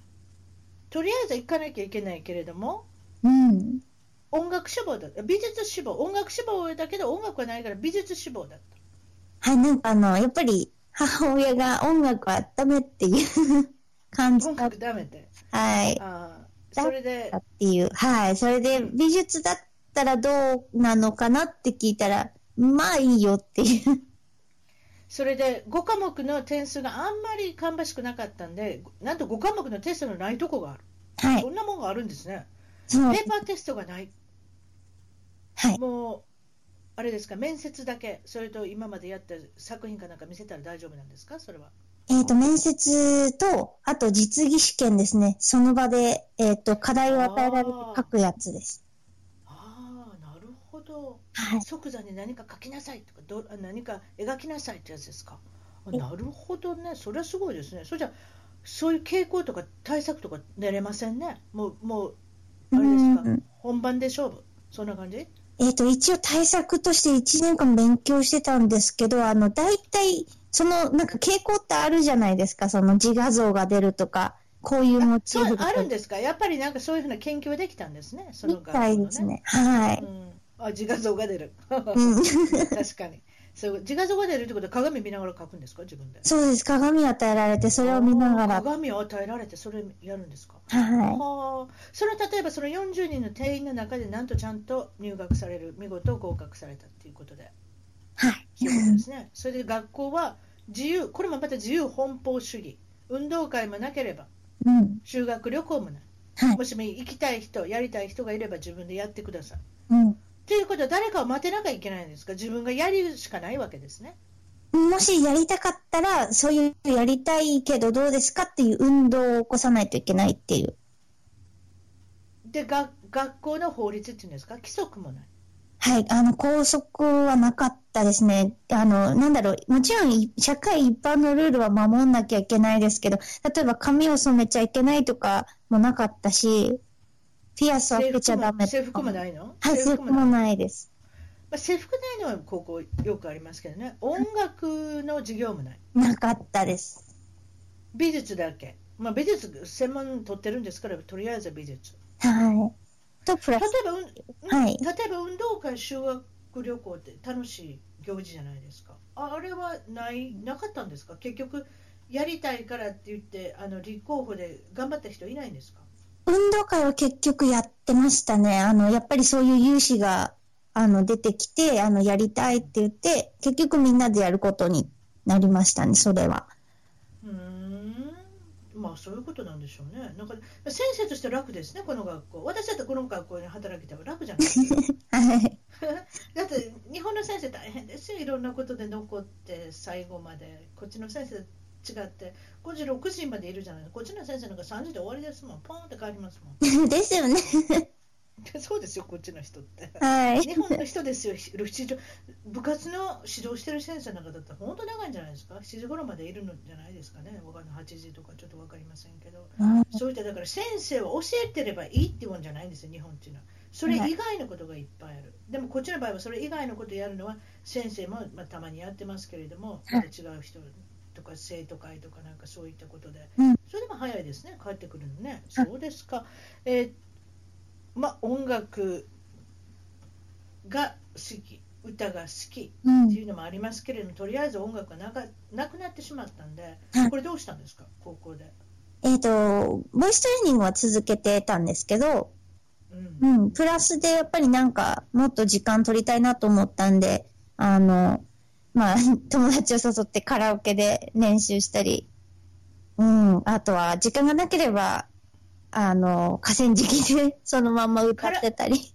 A: とりあえず行かなきゃいけないけれども、
B: うん。
A: 音楽志望だった。美術志望。音楽志望だけど音楽はないから美術志望だった。
B: はい、なんかあの、やっぱり母親が音楽はダメっていう感じ
A: 音
B: だっ
A: 楽ダメて。
B: た。はい。
A: あーそれで
B: だ、っていう。はい。それで美術だったらどうなのかなって聞いたら、まあいいよっていう。
A: それで5科目の点数があんまり芳しくなかったんで、なんと5科目のテストのないとこがある。
B: はい
A: そ。んなもんがあるんですね。
B: そう
A: ペ。ーパーテストがない。
B: はい。
A: もうあれですか、面接だけ、それと今までやった作品かなんか見せたら大丈夫なんですか、それは。
B: えっ、と、面接と、あと実技試験ですね。その場で、えっ、と、課題を与えられて書くやつです。
A: ああ、なるほど。
B: はい。
A: 即座に何か書きなさいとか、どあ何か描きなさいってやつですか。あなるほどね、それはすごいですね。それじゃあそういう傾向とか対策とか練れませんね。もう、もう、あれですか、
B: うん
A: 本番で勝負、そんな感じ
B: えっ、と、一応対策として1年間勉強してたんですけど、あの、大体、その、なんか傾向ってあるじゃないですか、その自画像が出るとか、こういうモチ
A: そ
B: ー
A: う
B: フ
A: あるん
B: で
A: ですか、やっぱりなんかそういうふうな研究できたんですね、そ
B: み
A: の学校
B: たい
A: の
B: ですね。はい。
A: うん、あ自画像が出る
B: うん
A: 確かにそう自画像が出るってことは鏡見ながら描くんですか自分で
B: そうです。鏡与えられて、それを見なが
A: あー
B: ら。
A: 鏡を与えられてそれやるんですか
B: は
A: はあそれは例えばその40人の定員の中でなんとちゃんと入学される見事合格されたっていうことで
B: い。はい。
A: そういうことです ねそれで学校は自由これもまた自由奔放主義運動会もなければ
B: うん。
A: 修学旅行もない
B: はい
A: も。しも行きたい人やりたい人がいれば自分でやってください
B: うん。
A: ということは誰かを待てなきゃいけないんですか自分がやるしかないわけですね。
B: もしやりたかったら、そういうやりたいけどどうですかっていう運動を起こさないといけないっていう。
A: で、が学校の法律っていうんですか規則もない。
B: はい、あの、拘束はなかったですね。あの、なんだろう、もちろんい社会一般のルールは守んなきゃいけないですけど、例えば髪を染めちゃいけないとかもなかったし、ピアスは開けちゃダメ
A: 制
B: と
A: 服
B: か
A: も
B: も。
A: ないの
B: はい、制服も
A: い。
B: ないです。
A: まあ、制服ないのは高校よくありますけどね。音楽の授業もない。
B: なかったです。
A: 美術だけ。まあ、美術専門取ってるんですから、とりあえずは美術。
B: はい。と、プ
A: 例え
B: ラス、
A: ば、うん
B: はい
A: 例えば運動会修学旅行って楽しい行事じゃないですか。ああれはないなかったんですか結局、やりたいからって言って、あの立候補で頑張った人いないんですか
B: 運動会は結局やってましたね。あの、やっぱりそういう有志が、あの、出てきて、あの、やりたいって言って、結局みんなでやることになりましたね、それは。
A: うーんまあそういうことなんでしょうね。なんか先生として楽ですね、この学校。私だってこの学校に働けたら楽じゃないですか。
B: はい。
A: だって日本の先生大変ですよ、いろんなことで残って最後まで。こっちの先生と違って、5時、6時までいるじゃないこっちの先生なんか3時で終わりですもん。ポンって帰りますもん。
B: ですよね。
A: でそうですよ、こっちの人って。
B: はい。
A: 日本の人ですよ、ひ七時部活の指導してる先生なんかだったら本当長いんじゃないですか、7時頃までいるのじゃないですかね、わかんない8時とかちょっと分かりませんけど、
B: うん
A: そういっただから先生は教えてればいいってもんじゃないんですよ、日本っていうのは。それ以外のことがいっぱいある。でもこっちの場合はそれ以外のことやるのは先生も、まあ、たまにやってますけれども、
B: い
A: また違う人とか生徒会とかなんかそういったことで、
B: うん
A: それでも早いですね、帰ってくるのね。そうですか。えーまあ音楽が好き、歌が好き
B: う
A: って
B: ん。
A: いうのもありますけれども、とりあえず音楽がなかなくなってしまったんで
B: はい、
A: これどうしたんですか、高校で。
B: えっ、と、ボイストレーニングは続けてたんですけど、
A: うん
B: うん、プラスでやっぱりなんか、もっと時間取りたいなと思ったんで、あの、まあ、 友達を誘ってカラオケで練習したり、うん、あとは時間がなければ、あの、河川敷で そのまんま歌ってたり。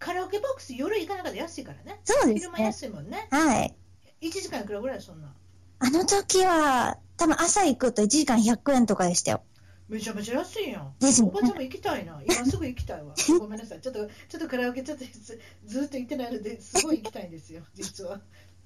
A: カラオケボックス夜行かなかったら安いからね。
B: そうです
A: 昼間
B: ね。
A: 安いもんね。
B: はい。
A: 1時間いくらぐらいそんな。
B: あの時は、多分朝行くと1時間100円とかでしたよ。
A: めちゃめちゃ安いやん。
B: です
A: お
B: ね
A: ば。ちゃんも行きたいな。今すぐ行きたい わ。ごめんなさい。ちょっとちょっとカラオケちょっとずずっと行ってないので、すごい行きたいん ですよ、実は。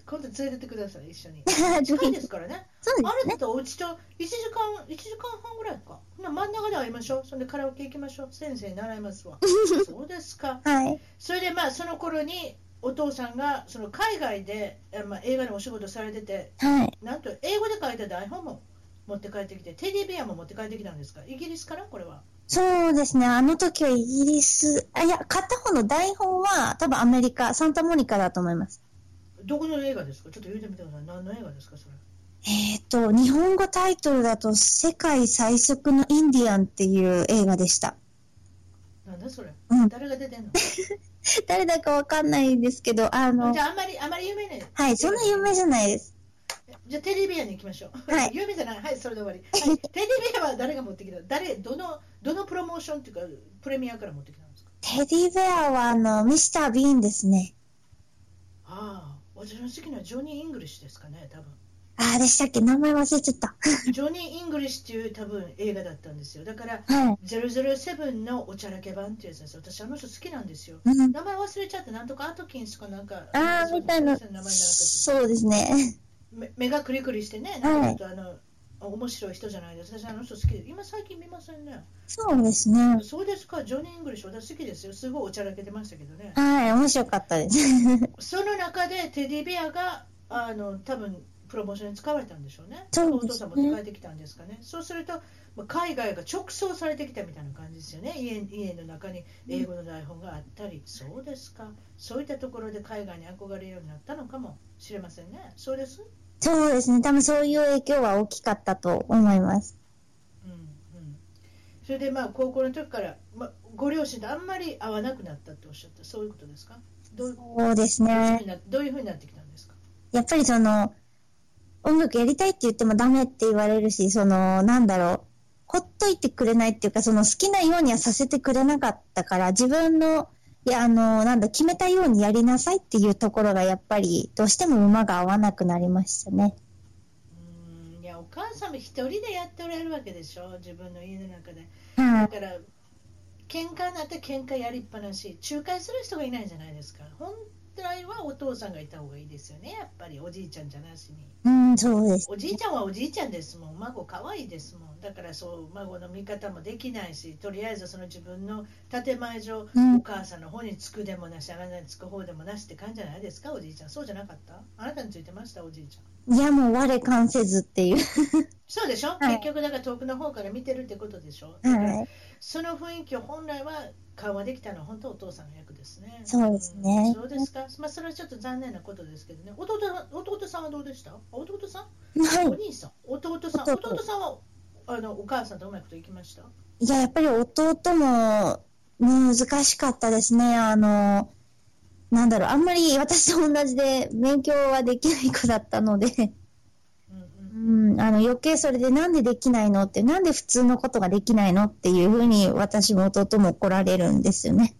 A: 今度連れてってください、一緒に。
B: そう
A: 近いで
B: です
A: すからね。ある
B: ね。
A: とお家と1時間、1時間半ぐらいか。ほな真ん中で会いましょう。そんでカラオケ行きましょう。先生に習います わ。そうですか。
B: はい。
A: それでまあその頃にお父さんがその海外で、えまあ、映画のお仕事されてて、
B: はい。
A: なんと英語で書いた台本も持って帰ってきて、テディベアも持って帰ってきたんですか、イギリスからこれは。
B: そうですね。あの時はイギリス、あ、いや、片方の台本は多分アメリカ、サンタモニカだと思います。
A: どこの映画ですかちょっと言うてみてください。何の映画ですかそれ。
B: えっ、と、日本語タイトルだと、世界最速のインディアンっていう映画でした。
A: なんだそれ、
B: うん
A: 誰が出てんの
B: 誰だかわかんないんですけど、あの
A: じ、ゃああんまり、あんまり有名ね。
B: はい、そんな有名じゃないです。
A: じゃあテディベアに行きましょう。
B: はい
A: 有名じゃない。はい、それで終わり。はい、テディベアは誰が持ってきた誰、どの、どのプロモーションっていうか、プレミアから持ってきたんですか
B: テディベアは、あの、ミスター・ビーンですね。
A: ああ、私の好きなジョニー・イングリッシュですかね、多 分。
B: あー、でしたっけ名前忘れちゃった。
A: ジョニー・イングリッシュっていう多分映画だったんですよ。だから
B: はい。
A: 007のおちゃらけ版っていうやつです。私あの人好きなんですよ。
B: うん。
A: 名前忘れちゃって、なんとかアトキンスかなんか。
B: あー、みたいな
A: その名。前じゃ
B: そうですね。
A: なくて。め目がクリクリしてね、なんかちょっとあの、面白い人じゃないですか。私あの人好きで。今最近見ませんね。
B: そうですね。
A: そうですか、ジョニー・イングリッシュ、私好きですよ。すごいおちゃらけてましたけどね。
B: はい、面白かったです。
A: その中でテディベアがあの多分プロモーションに使われたんでしょうね。
B: そう
A: お
B: ですね
A: 父さんも使えてきたんですかね。そうすると、まあ海外が直送されてきたみたいな感じですよね。家家の中に英語の台本があったり、そうですか。そういったところで海外に憧れるようになったのかもしれませんね。そうです。
B: そうですね。多分そういう影響は大きかったと思います。
A: うんうん。それでまあ高校の時から、まあ、ご両親とあんまり会わなくなったっておっしゃった。そういうことですか。どういう
B: そうです
A: どういうふ
B: ね
A: う。になどういうふうになってきたんですか。
B: やっぱりその、音楽やりたいって言ってもダメって言われるし、その、なんだろう、ほっといてくれないっていうか、その好きなようにはさせてくれなかったから、自分の、いや、あの、なんだ、決めたようにやりなさいっていうところが、やっぱり、どうしても馬が合わなくなりましたね。
A: うーんいやお母様一人でやっておられるわけでしょ自分の家の中で
B: は
A: だ
B: い。
A: から喧嘩になって喧嘩やりっぱなし仲介する人がいないじゃないですか本来はお父さんがいた方がいいですよねやっぱりおじいちゃんじゃなしに
B: うん、そうです。
A: おじいちゃんはおじいちゃんですもん孫可愛いですもんだからそう孫の見方もできないしとりあえずその自分の建前上
B: うん
A: お母さんの方につくでもなしあなたにつく方でもなしって感じじゃないですかおじいちゃんそうじゃなかったあなたについてましたおじいちゃん
B: いや、もう我関せずっていう。
A: そうでしょ、
B: い
A: 結局だから遠くの方から見てるってことでしょ、
B: は
A: その雰囲気を本来は緩和できたのは本当お父さんの役ですね。
B: そうですね
A: んそうですか。まあそれはちょっと残念なことですけどね。弟は弟さんはどうでした？あ弟さん？
B: い。はい
A: お。兄さん？弟さん？
B: 弟
A: 弟さんはあのお母さんとうまいこといきました？
B: いや、やっぱり弟も難しかったですね。あの、なんだろう、あんまり私と同じで勉強はできない子だったので、
A: うんうん。
B: うん、あの余計それでなんでできないのって、なんで普通のことができないのっていうふうに私も弟も怒られるんですよね。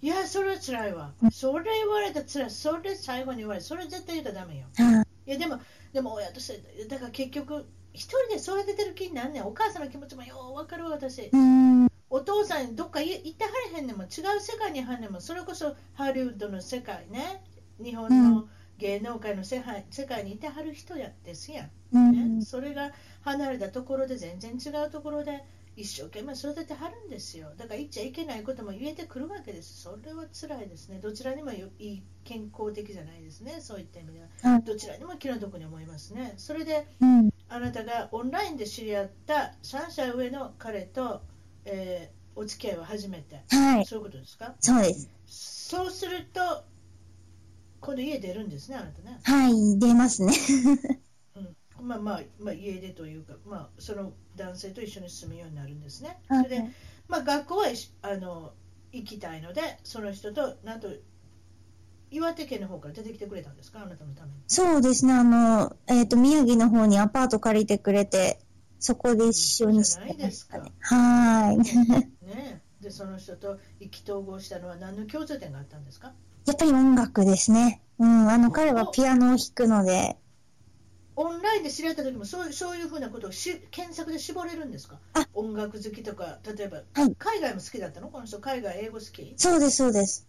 A: いやそれは辛いわ。それ言われたら辛い。それ最後に言われる。それ絶対言ったらダメよ。
B: はい
A: やでもでも親としてだから結局一人で育ててる気になんねん。お母さんの気持ちもようわかるわ私。
B: い。うん、
A: お父さんどっかい行ってはれへんねんもん違う世界にはんねんもんそれこそハリウッドの世界ね日本
B: う
A: の芸能界の世界世界にいてはる人やですやん、ね
B: うん、
A: それが離れたところで全然違うところで一生懸命育ててはるんですよだから言っちゃいけないことも言えてくるわけですそれは辛いですねどちらにもよいい健康的じゃないですねそういった意味で
B: は
A: はいどちらにも気の毒に思いますねそれで
B: うん、
A: あなたがオンラインで知り合った3歳上の彼と、えーお付き合いを始めて、
B: はい。
A: そういうことですか
B: そうです。
A: そうすると今度家出るんですねあなたね、
B: はい、出ますね。
A: うんまあまあ、まあ、家出というか、まあ、その男性と一緒に住むようになるんですねそ
B: は
A: れで
B: い、
A: まあ、学校は一緒あの行きたいのでその人となんと岩手県の方から出てきてくれたんですかあなたのために
B: そうですね、あの、えっ、と、宮城の方にアパート借りてくれて、そこで一緒にしてましたね。はーい。
A: ねえでその人と意気投合したのは何の共通点があったんですか
B: やっぱり音楽ですね。うん、あの彼はピアノを弾くので、
A: オンラインで知り合った時もそうそういうふうなことをし検索で絞れるんですか
B: あ
A: 音楽好きとか例えば、
B: はい
A: 海外も好きだったのこの人海外英語好き
B: そうです、そうです。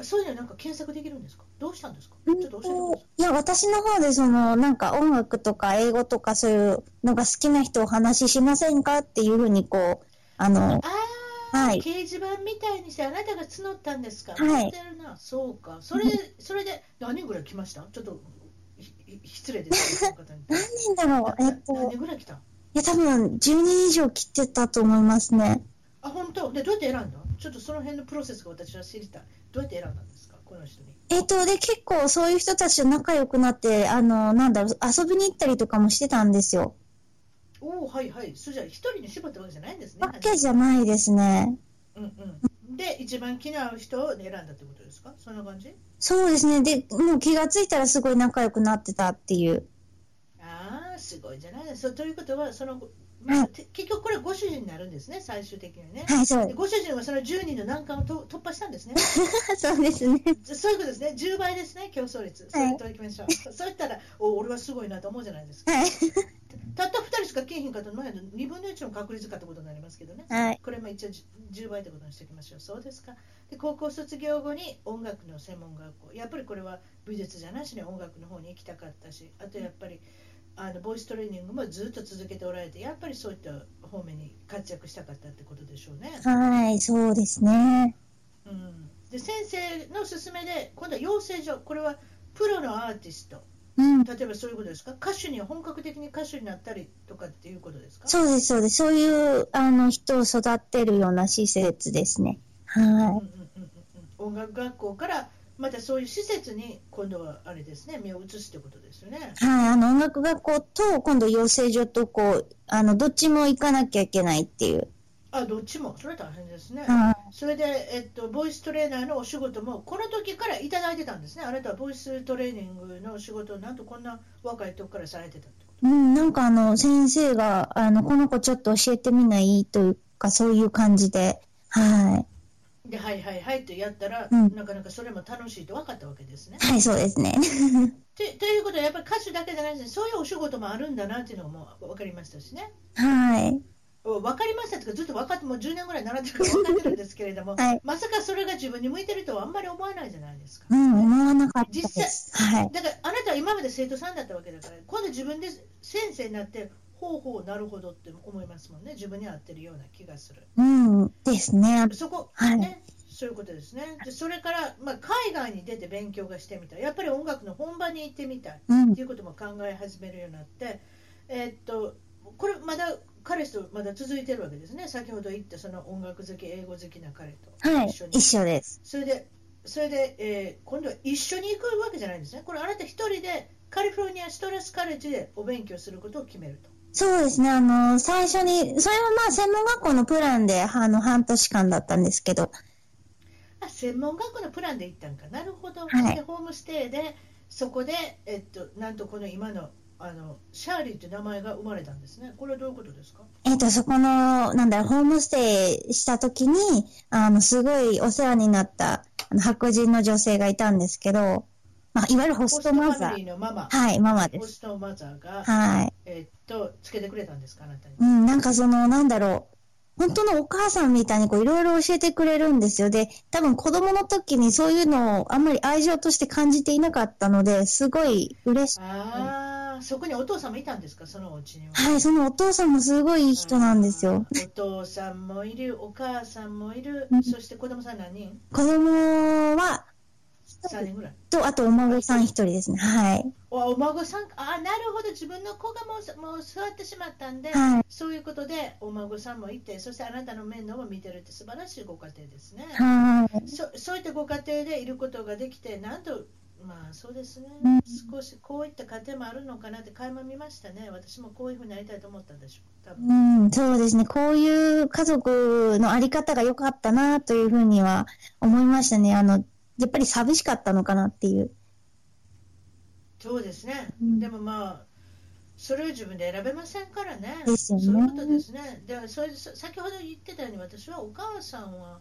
A: そういうのなんか検索できるんですかどうしたんですかち
B: う
A: ょ
B: ん
A: っと教えてください
B: いや、私の方でその、なんか音楽とか英語とかそういうのが好きな人をお話ししませんかっていうふうにこう、あの、
A: あー、
B: はい
A: 掲示板みたいにしてあなたが募ったんですか、
B: はい
A: 知ってるなそうかそれでそれで何人ぐらい来ましたちょっとひひ失礼ですけどその方に
B: 何人だろ う、えっ
A: 何
B: と、い
A: 人ぐらい来た
B: や、多分10人以上来てたと思いますね。
A: あ本当でどうやって選んだちょっとその辺のプロセスが私は知りたいどうやって選んだんですかこの人に
B: えっと、で、結構そういう人たちと仲良くなって、あの、なんだろう、遊びに行ったりとかもしてたんですよ。
A: おおはいはいそれじゃあ一人に絞ったわけじゃないんですね
B: わけじゃないですね。
A: うんうんで一番気の合う人を選んだってことですかそんな感じ
B: そうですね。で、もう気がついたらすごい仲良くなってたっていう。
A: ああすごいじゃないですかということはその、ま
B: は
A: あ、て結局これご主人になるんですね最終的にね
B: はい、そう
A: でご主人はその10人の難関をと突破したんですね
B: です。 そうですね。
A: じゃそういうことですね10倍ですね競争率それといきましょう、そういったらお俺はすごいなと思うじゃないですか
B: はい。
A: たった2人しか来えへんかったの前の2分の1の確率かってことになりますけどね
B: はい。
A: これも一応じゅ10倍ってことにしておきましょう。そうですか。で高校卒業後に音楽の専門学校。やっぱりこれは美術じゃなしに音楽の方に行きたかったし、あとやっぱりあのボイストレーニングもずっと続けておられて、やっぱりそういった方面に活躍したかったってことでしょうね。
B: はい、そうですね。
A: うん、で先生の勧めで、今度は養成所、これはプロのアーティスト、
B: うん。
A: 例えばそういうことですか、歌手に本格的に歌手になったりとかっていうことですか
B: そうです、そうです。そういう、あの、人を育てるような施設ですね。は
A: うんうんうんうん音楽学校からまたそういう施設に今度はあれですね目を移すってことですよね。
B: い。はい、あの、音楽学校と、今度養成所と、こう、あの、どっちも行かなきゃいけないっていう。
A: あどっちもそれ大変ですね。
B: は
A: それで、えっと、ボイストレーナーのお仕事もこの時からいただいてたんですね。あなたはボイストレーニングのお仕事をなんとこんな若い時からされてたってこ
B: い。うん、なんかあの、先生が、あの、この子ちょっと教えてみないというか、そういう感じで。は
A: と。ではいはいはいってやったら、
B: うん
A: なかなかそれも楽しいと分かったわけですね
B: い。。はい、そうですね。
A: てということはやっぱり歌手だけじゃないですねそういうお仕事もあるんだなっていうのも分かりましたしね。
B: はい。
A: 分かりましたとかずっと分かってもう10年ぐらい習ってるから分かってるんですけれど も、
B: はい
A: まさかそれが自分に向いてるとはあんまり思わないじゃないですか。
B: うん、思わなかったです。はい。
A: だからあなたは今まで生徒さんだったわけだから今度自分で先生になってほうほうなるほどって思いますもんね自分に合ってるような気がする
B: うん、ですね。
A: そこ、
B: はい
A: ねそういうことですねでそれから、まあ、海外に出て勉強がしてみたいやっぱり音楽の本場に行ってみたい
B: うん
A: っ、ていうことも考え始めるようになって、えーっとこれまだ彼氏とまだ続いてるわけですね先ほど言ったその音楽好き英語好きな彼と
B: はい
A: 一緒、に
B: 一緒です。
A: それで、それで、えー今度は一緒に行くわけじゃないんですね。これあなた一人でカリフォルニアストレスカレッジでお勉強することを決めると。
B: そうですね。あの、最初に、それはまあ、専門学校のプランで、あの、半年間だったんですけど、
A: あ、専門学校のプランで行ったんか。なるほど。
B: はい
A: でホームステイでそこでえっとなんとこの今のあのシャーリーという名前が生まれたんですね。これはどういうことですか。
B: えっ、と、そこの、なんだろう、ホームステイした時に、あの、すごいお世話になった、あの、白人の女性がいたんですけど、まあ、いわゆるホ
A: ホ
B: ス
A: スト
B: ト
A: フ
B: マ
A: ァ
B: ザ
A: ミ
B: ー。
A: リーのママ。
B: はい、ママで
A: ホ
B: す。
A: ストマザーが、
B: はい。
A: えっとつけてくれたんですかあなたに
B: う。ん、なんかその、なんだろう。本当のお母さんみたいにこういろいろ教えてくれるんですよ。で、多分子供の時にそういうのをあんまり愛情として感じていなかったので、すごい嬉しい。
A: ああ、そこにお父さんもいたんですかそのお家には。
B: はい、そのお父さんもすごいいい人なんですよ。
A: うん。お父さんもいる、お母さんもいる
B: う、ん
A: そして子供さん何人
B: 子供は、
A: ?3 人ぐらい。
B: と、あとお孫さん一人ですね。はい。
A: おお孫さんか、あなるほど、自分の子がもうすもう座ってしまったんで、
B: はい。
A: そういうことでお孫さんもいて、そしてあなたの面倒も見てるって素晴らしいご家庭ですね。
B: はい。
A: そそういったご家庭でいることができて、なんと、まあそうですね
B: うん、
A: 少しこういった家庭もあるのかなって、垣間見ましたね、私もこういうふうになりたいと思ったんでしょう、多分
B: うん、そうですね。こういう家族のあり方が良かったなというふうには思いましたね。あの、やっぱり寂しかったのかなっていう。
A: そうですね、
B: うん
A: でもまあ、それを自分で選べませんからね、
B: ですよね
A: そういうことですね、でそれそ先ほど言ってたように、私はお母さんは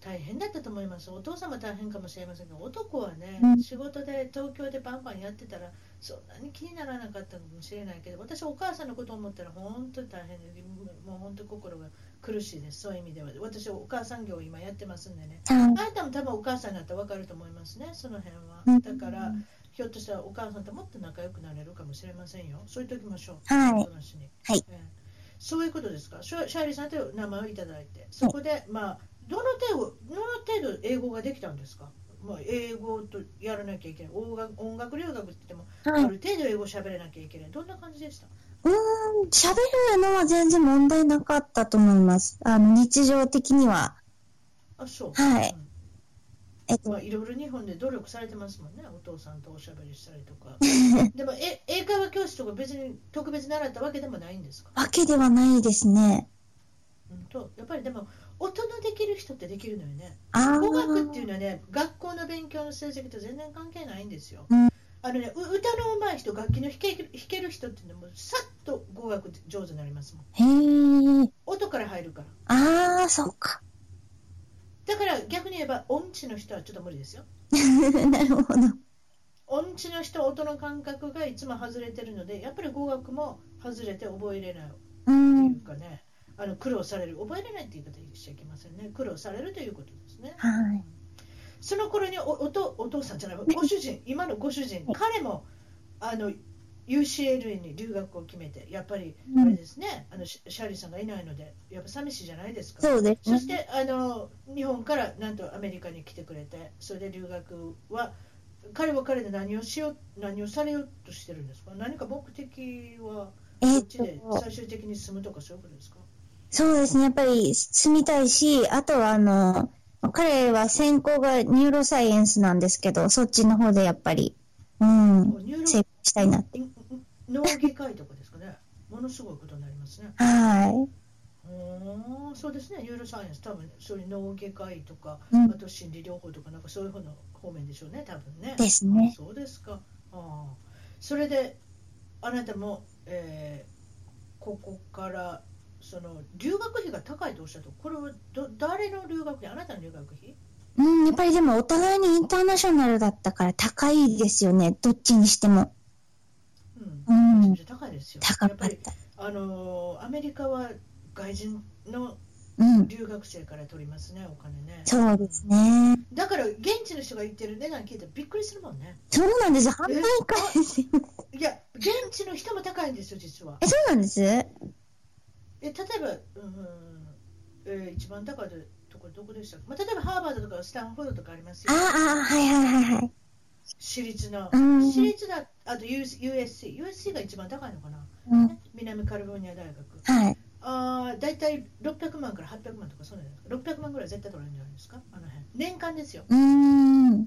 A: 大変だったと思います、お父さんも大変かもしれませんが、男はね、
B: うん
A: 仕事で東京でバンバンやってたら、そんなに気にならなかったかもしれないけど、私はお母さんのことを思ったら、本当に大変で、もう本当に心が苦しいです、そういう意味では。私はお母さん業を今やってますんでね。
B: はい
A: あなたも多分お母さんになったら分かると思いますね、その辺は。だから、ひょっとしたらお母さんともっと仲良くなれるかもしれませんよ。そう言っておきましょう。
B: はい
A: お話に
B: はい
A: ええそういうことですか。シャシャーリーさんという名前をいただいて、そこで、まあ、どの程度、どの程度英語ができたんですか。まあ、英語とやらなきゃいけない。音楽、音楽留学って言っても、
B: は
A: あ
B: い
A: る程度英語喋れなきゃいけない。どんな感じでした。
B: うーん、喋るのは全然問題なかったと思います。あの、日常的には。
A: あ、そう。
B: はい
A: うん
B: えっ
A: ま
B: と、
A: あ、いろいろ日本で努力されてますもんね、お父さんとおしゃべりしたりとか。でもえ、英会話教室とか別に特別習ったわけでもないんですか、
B: わけではないですね。
A: うん、とやっぱりでも、音のできる人ってできるのよね。
B: あ
A: 語学っていう
B: う
A: のはね、学校の勉強の成績と全然関係ないんですよ。
B: うん
A: あのね、う歌の上手い人、楽器の弾ける弾ける人っていうのも、さっと語学上手になりますもん。
B: へえ。
A: 音から入るから。
B: ああ、そっか。
A: だから逆に言えば、音痴の人はちょっと無理ですよ。
B: なるほど。
A: 音痴の人は音の感覚がいつも外れてるのでやっぱり語学も外れて覚えれないっ
B: う
A: て
B: ん
A: い。うかね、あの苦労される覚えれないって言い方しちゃいけませんね苦労されるということですね
B: はい。
A: その頃におおとお父さんじゃないご主人今のご主人彼もあの UCLA に留学を決めてやっぱりあれですね、あのシシャーリーさんがいないのでやっぱ寂しいじゃないですか
B: そうです
A: そ
B: ね。
A: してあの日本からなんとアメリカに来てくれて、それで留学は彼は彼で何をしよう何をされようとしてるんですか。何か目的は
B: え
A: こ
B: っ
A: っちで
B: と、
A: 最終的に住むとかそういうことですか。
B: そうですね。やっぱり住みたいし、あとはあの、彼は専攻がニューロサイエンスなんですけど、そっちの方でやっぱり、うん、
A: ニュー
B: 成功したいな。
A: ロ脳外科医とかですかね。ものすごいことになりますね。
B: は
A: うーんそうですね。ニューロサイエンス多分そういう脳外科医とか、
B: い。うん
A: あ、と心理療法とかなんかそういう方の方面でしょうね。多分ね。
B: ですね。
A: そうですか。ああそれであなたも、えーここからその留学費が高いとおっしゃったこれはど誰の留学費あなたの留学費
B: うん、やっぱりでもお互いにインターナショナルだったから高いですよね。どっちにしても。
A: うん、
B: うん
A: めちゃめちゃ高いですよ。
B: 高か
A: やっ
B: った
A: ぱり。あのーアメリカは外人の
B: うん。
A: 留学生から取りますね、お金ね。
B: そうですね。
A: だから現地の人が言ってる値段聞いたらびっくりするもんね。
B: そうなんです。販売会ですよ。
A: いや、現地の人も高いんですよ、実は。
B: え、そうなんです
A: え例えば、うんえー一番高いところどこでしたか、まあ、例えばハーバードとかスタンフォードとかあります
B: あ
A: よ
B: あ、、ああ、はいはいはいはい。
A: 私立の、
B: うん
A: 私立だ、あと US USC、USC が一番高いのかな、
B: うん。
A: 南カリフォルニア大学、
B: はい。
A: あー大体600万から800万とか、そうなんですか、600万ぐらい絶対取れるんじゃないですか、あの辺年間ですよ、
B: うーん。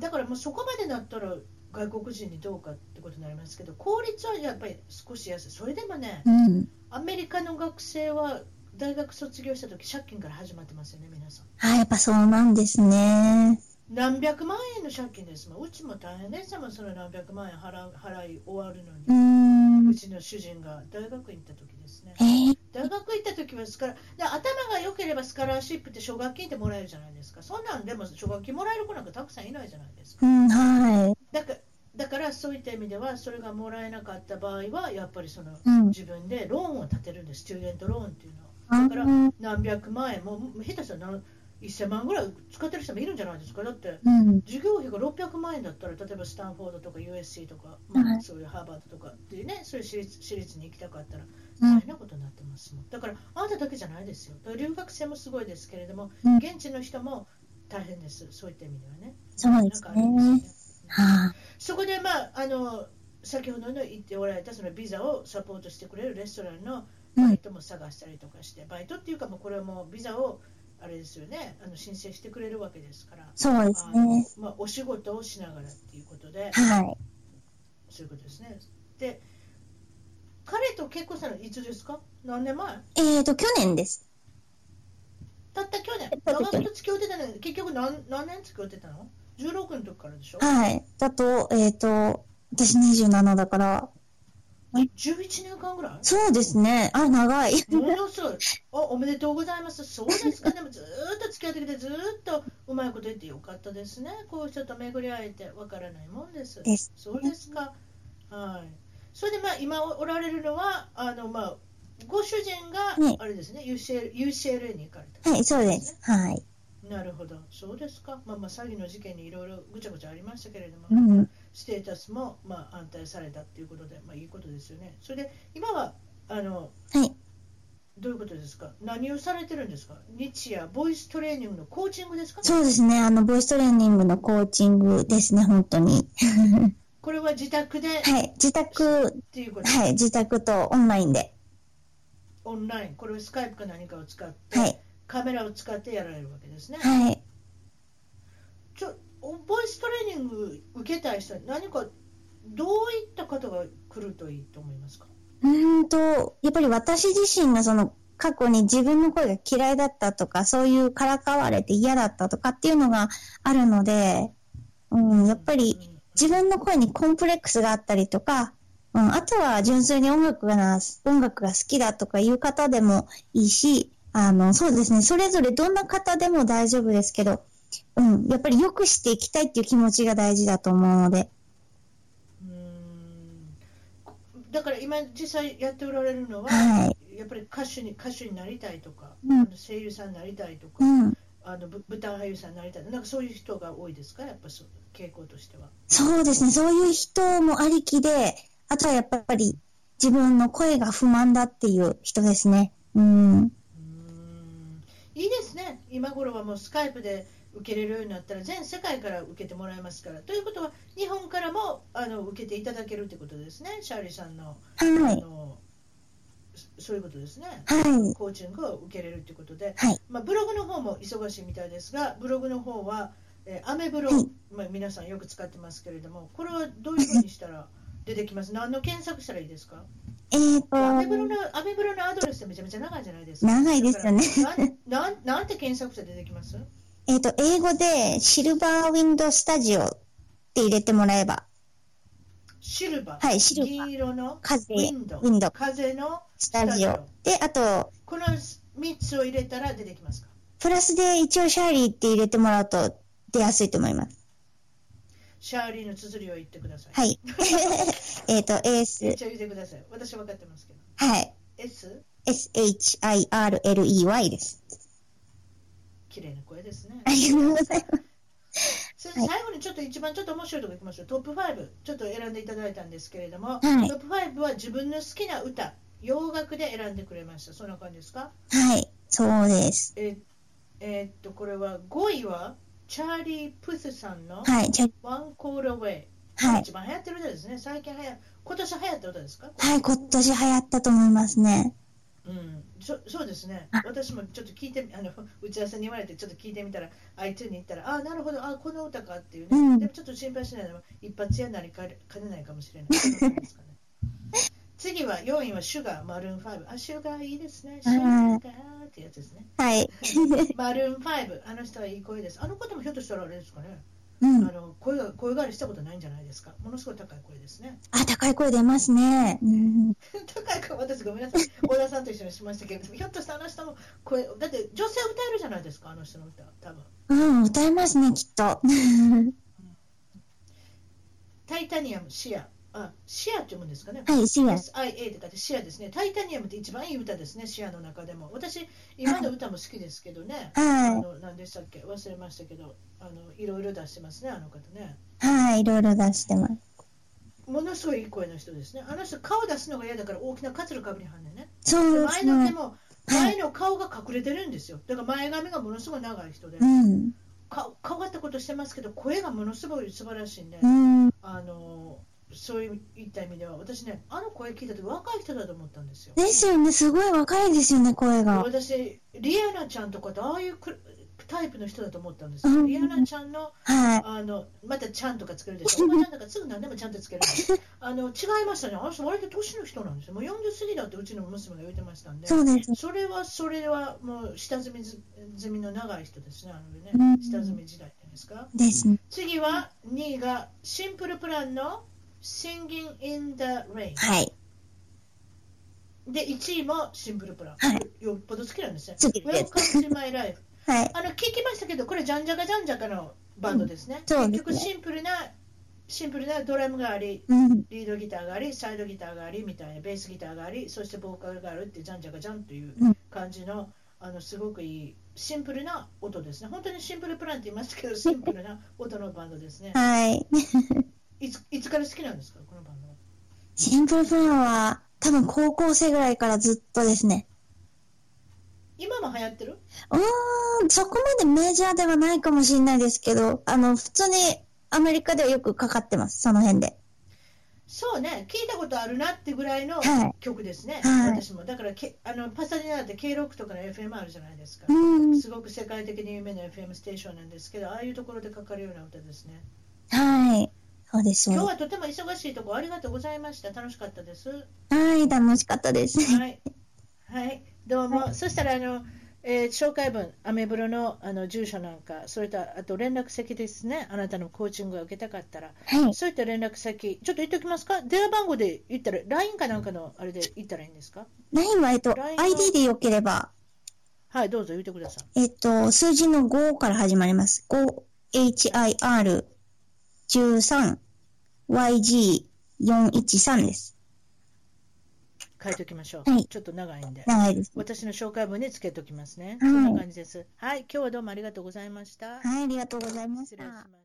A: だからもうそこまでなったら外国人にどうかってことになりますけど、効率はやっぱり少し安い、それでもね、
B: うん。
A: アメリカの学生は大学卒業したとき、借金から始まってますよね、皆さん。
B: ああ、やっぱそうなんですね。
A: 何百万円の借金ですもん。うちも大変でしたもん、その何百万円払う払い終わるの
B: うー
A: に。
B: ん
A: う。ちの主人が大学行った時ですね。
B: えー、
A: 大学行った時はスカラ、で頭が良ければスカラーシップって奨学金ってもらえるじゃないですか。そんなんでも奨学金もらえる子なんかたくさんいないじゃないですか。
B: うん、は
A: だからだからそういった意味では、それがもらえなかった場合は、やっぱりその
B: い。うん。
A: 自分でローンを建てるんです、スチューデントローンっていうのは。
B: あ
A: だから
B: ー
A: 何百万円、もう下手したら何1000万ぐらい使ってる人もいるんじゃないですか。だって
B: うん。
A: 授業費が600万円だったら、例えばスタンフォードとか USC とか、ま
B: は
A: あ、
B: い
A: そういうハーバードとかっていうね、そういう私立私立に行きたかったら、
B: うん
A: 大変なことになってますもん。だから、あなただけじゃないですよ。だから留学生もすごいですけれども、
B: うん
A: 現地の人も大変です、そういった意味ではね。
B: そうですね
A: なんかありますよね
B: は
A: そこで、まあ、あの先ほどの言っておられたそのビザをサポートしてくれるレストランの
B: うん
A: バイトも探したりとかして、バイトっていうか、もうこれはもうビザをあれですよねあの申請してくれるわけですから。
B: そうです
A: あの
B: ね。
A: まあ、お仕事をしながらっていうことで、
B: は
A: そういうことですね。で、彼と結婚したのいつですか何年前
B: い。えーと、去年です。
A: たった去年。
B: たった去
A: 長
B: 年
A: くと付き合ってたのに結局何何年付き合ってたの ?16 の時からでしょ
B: はい。だと、えーと、私27だから、
A: ?11 年間ぐらい
B: そうですね。あ、長い。
A: ものすごい。おおめでとうございます。そうですか。でもずーっと付き合ってきて、ずーっとうまいこと言ってよかったですね。こうちょっと巡り合えてわからないもんです。
B: です
A: そうですか。はい。それでまあ今おられるのはあのまあご主人
B: はい
A: があれですね、UCL UCLA に行かれた。
B: はい、そうです。。はい。
A: なるほど。そうですか。まあまあ詐欺の事件にいろいろぐちゃぐちゃありましたけれども、
B: うん。
A: ステータスもまあ安泰されたっていうことでまあいいことですよね。それで今はあの
B: はい。
A: どういうことですか何をされてるんですか日夜、ボイストレーニングのコーチングですか
B: そうですね。あの、ボイストレーニングのコーチングですね、本当に。
A: これは自宅でっ
B: はい。自宅、
A: ていうこと、
B: はい。自宅とオンラインで。
A: オンライン、これはスカイプか何かを使って、
B: はい。
A: カメラを使ってやられるわけですね。
B: はい。
A: ちょおボイストレーニング受けたい人、何かどういった方が来るといいと思いますか
B: うーんと、やっぱり私自身がその、過去に自分の声が嫌いだったとか、そういうからかわれて嫌だったとかっていうのがあるので、うん、やっぱり、
A: うん
B: 自分の声にコンプレックスがあったりとか、うん、あとは純粋に音楽がな、音楽が好きだとかいう方でもいいし、あの、そうですね、それぞれどんな方でも大丈夫ですけど、うん、やっぱり良くしていきたいっていう気持ちが大事だと思うので、
A: うーんだから今実際やっておられるのは、
B: は
A: やっぱり歌手に歌手になりたいとか、
B: うん
A: あの声優さんになりたいとか、
B: うん、
A: あのぶ舞台俳優さんになりたいなんかそういう人が多いですかやっぱそう傾向としては。
B: そうですね、そういう人もありきで、あとはやっぱり自分の声が不満だっていう人ですね。う
A: う
B: ん、
A: ーんいいですね今頃はもうスカイプで受けれるようになったら全世界から受けてもらえますからということは日本からもあの受けていただけるということですねシャーリーさんの
B: は
A: あ
B: い、
A: のそそういうことですね。
B: はい、
A: コーチングを受けれるということで、
B: はい
A: まあ、ブログの方も忙しいみたいですが、ブログの方は、えーアメブロ、
B: はい
A: まあ、皆さんよく使ってますけれども、これはどういうふうにしたら出てきます、何の検索したらいいですか
B: えー
A: アメブロの
B: と、
A: アメブロのアドレスってめちゃめちゃ長いじゃないですか。
B: 長いですよね。
A: だからなんなんなんて検索したら出てきます
B: えっ、と、英語でシルバーウィンドスタジオって入れてもらえば、
A: シルバー、
B: はいシルバー
A: 銀色の
B: 風、
A: ウ
B: ウ
A: ィ
B: ィ
A: ンド、
B: ンド、
A: 風の
B: スタジオ。で、あと、
A: この3つを入れたら出てきますか
B: プラスで一応シャーリーって入れてもらうと出やすいと思います。
A: シャーリーの綴りを言ってください。
B: はい。えっと、エー
A: めっ
B: ス、
A: ちゃ言ってください。私分かってますけど。
B: はい、
A: S
B: S-H-I-R-L-E-Y です。
A: 綺麗な声ですね
B: あ。りがとうございます。
A: それ
B: はい
A: 最後にちょっと一番ちょっと面白いとこ行きましょう。トップ5、ちょっと選んでいただいたんですけれども、
B: い
A: トップ5は自分の好きな歌、洋楽で選んでくれました。そんな感じですか
B: はい、そうです。
A: えーえーっと、これは5位は、チャーリー・プスさんの
B: はい、じゃ
A: ワンコール・アウェイ。
B: はい。
A: 一番流行ってる歌ですね。最近流行、今年流行った歌ですか
B: はい、今年流行ったと思いますね。
A: うん、そそうですね
B: あ、
A: 私もちょっと聞いてみ あの打ち合わせに言われて、ちょっと聞いてみたら、iTunes に行ったら、ああ、なるほど、あーこの歌かっていうね、
B: うん
A: でもちょっと心配しないでも、一発やなりかねかねないかもしれないそんな感じですか ね次は4位はシュガー、マルーン5、あ、シュガーいいですね、シュガーってやつですね、
B: はい。
A: マルーン5、あの人はいい声です、あの方もひょっとしたらあれですかね、
B: うん。
A: あの声が声変わりしたことないんじゃないですか、ものすごい高い声ですね。
B: あ、高い声出ますね。うん。
A: 高い声、私、ごめんなさい、小田さんと一緒にしましたけれども、ひょっとしたらあの人も声、だって女性歌えるじゃないですか、あの人の歌、多分
B: うん、歌えますね、きっと。
A: タイタニアム、シア、あシアって読むんですかね、
B: はい、シア。
A: SIA って書いてシアですね、タイタニアムって一番いい歌ですね、シアの中でも。私、今の歌も好きですけどね、あ
B: は
A: の何でしたっけ、忘れましたけど、あのいろいろ出してますね、あの方ね。
B: い。はい、いろいろ出してます。
A: ものすごいいい声の人ですね。あの人、顔出すのが嫌だから大きなカツラかぶりはんねんね。
B: そうで
A: 前
B: す
A: の手
B: ね。
A: も、
B: はい
A: 前の顔が隠れてるんですよ。だから前髪がものすごい長い人で。
B: うん。
A: か変わったことしてますけど声がものすごい素晴らしいんで、
B: うん。
A: あのそういった意味では私ねあの声聞いた時若い人だと思ったんですよ。
B: ですよね、すごい若いですよね、声が。
A: 私リアナちゃんとかとああいうくタイプの人だと思ったんです
B: う
A: よ。
B: ん
A: リアナちゃんの
B: はい。
A: あのまたちゃんとかつけるでしょ。おばちゃんなんかすぐ何でもちゃんとつけるんで。あの違いましたね。あの人割と年の人なんですよ。もう40過ぎだってうちの娘が言ってましたんで。
B: そうです。
A: それはそれはもう下積みず積みの長い人ですね。あのね
B: うん
A: 下積み時代っていうんですか。
B: ですね。
A: 次は2位がシンプルプランの Singing in the Rain
B: はい。
A: で1位もシンプルプラン、
B: はい。
A: よっぽど好きなんですね
B: 好きです
A: Welcome to my life
B: はい。
A: あの聞きましたけどこれジャンジャカジャンジャカのバンドですね、
B: そうで
A: 結
B: す
A: 局
B: ね。
A: シンプルなシンプルなドラムがあり
B: うん。
A: リードギターがありサイドギターがありみたいなベースギターがありそしてボーカルがあるってジャンジャカジャンという
B: うん
A: 感じのあのすごくいいシンプルな音ですね本当にシンプルプランって言いましたけどシンプルな音のバンドですね
B: はい。
A: いついつから好きなんですかこのバンドは
B: シンプルプランは、多分高校生ぐらいからずっとですね。
A: 今も流行ってる
B: うーん、そこまでメジャーではないかもしれないですけど、あの、普通にアメリカではよくかかってます、その辺で。
A: そうね、聞いたことあるなってぐらいの
B: はい
A: 曲ですね、
B: はい
A: 私も。だからけあの、パサディナって K6 とかの FM あるじゃないですか。
B: うん。
A: すごく世界的に有名な FM ステーションなんですけど、ああいうところでかかるような歌ですね。
B: はい。そうです
A: 今日
B: よ。
A: はとても忙しいところありがとうございました。楽しかったです。
B: はい、楽しかったです。
A: はい、はい、どうも、そしたらあの、えー紹介文、アメブロのあの住所なんか、それとあと連絡先ですね、あなたのコーチングが受けたかったら、
B: はい。
A: そういった連絡先、ちょっと言っておきますか、電話番号で言ったら、LINE かなんかのあれで言ったらいいんですか、
B: LINE は、えっと、
A: LINE は
B: ID でよければ、
A: はい、どうぞ言ってください。
B: えっと、数字の5から始まります。5HIR13YG413 です。
A: 書いておきましょう、
B: はい
A: ちょっと長いんで、
B: 長いですね。
A: 私の紹介文につけておきますね、
B: はい
A: そんな感じです。はい、今日はどうもありがとうございました。
B: はい、ありがとうございまし
A: 失礼したま。す。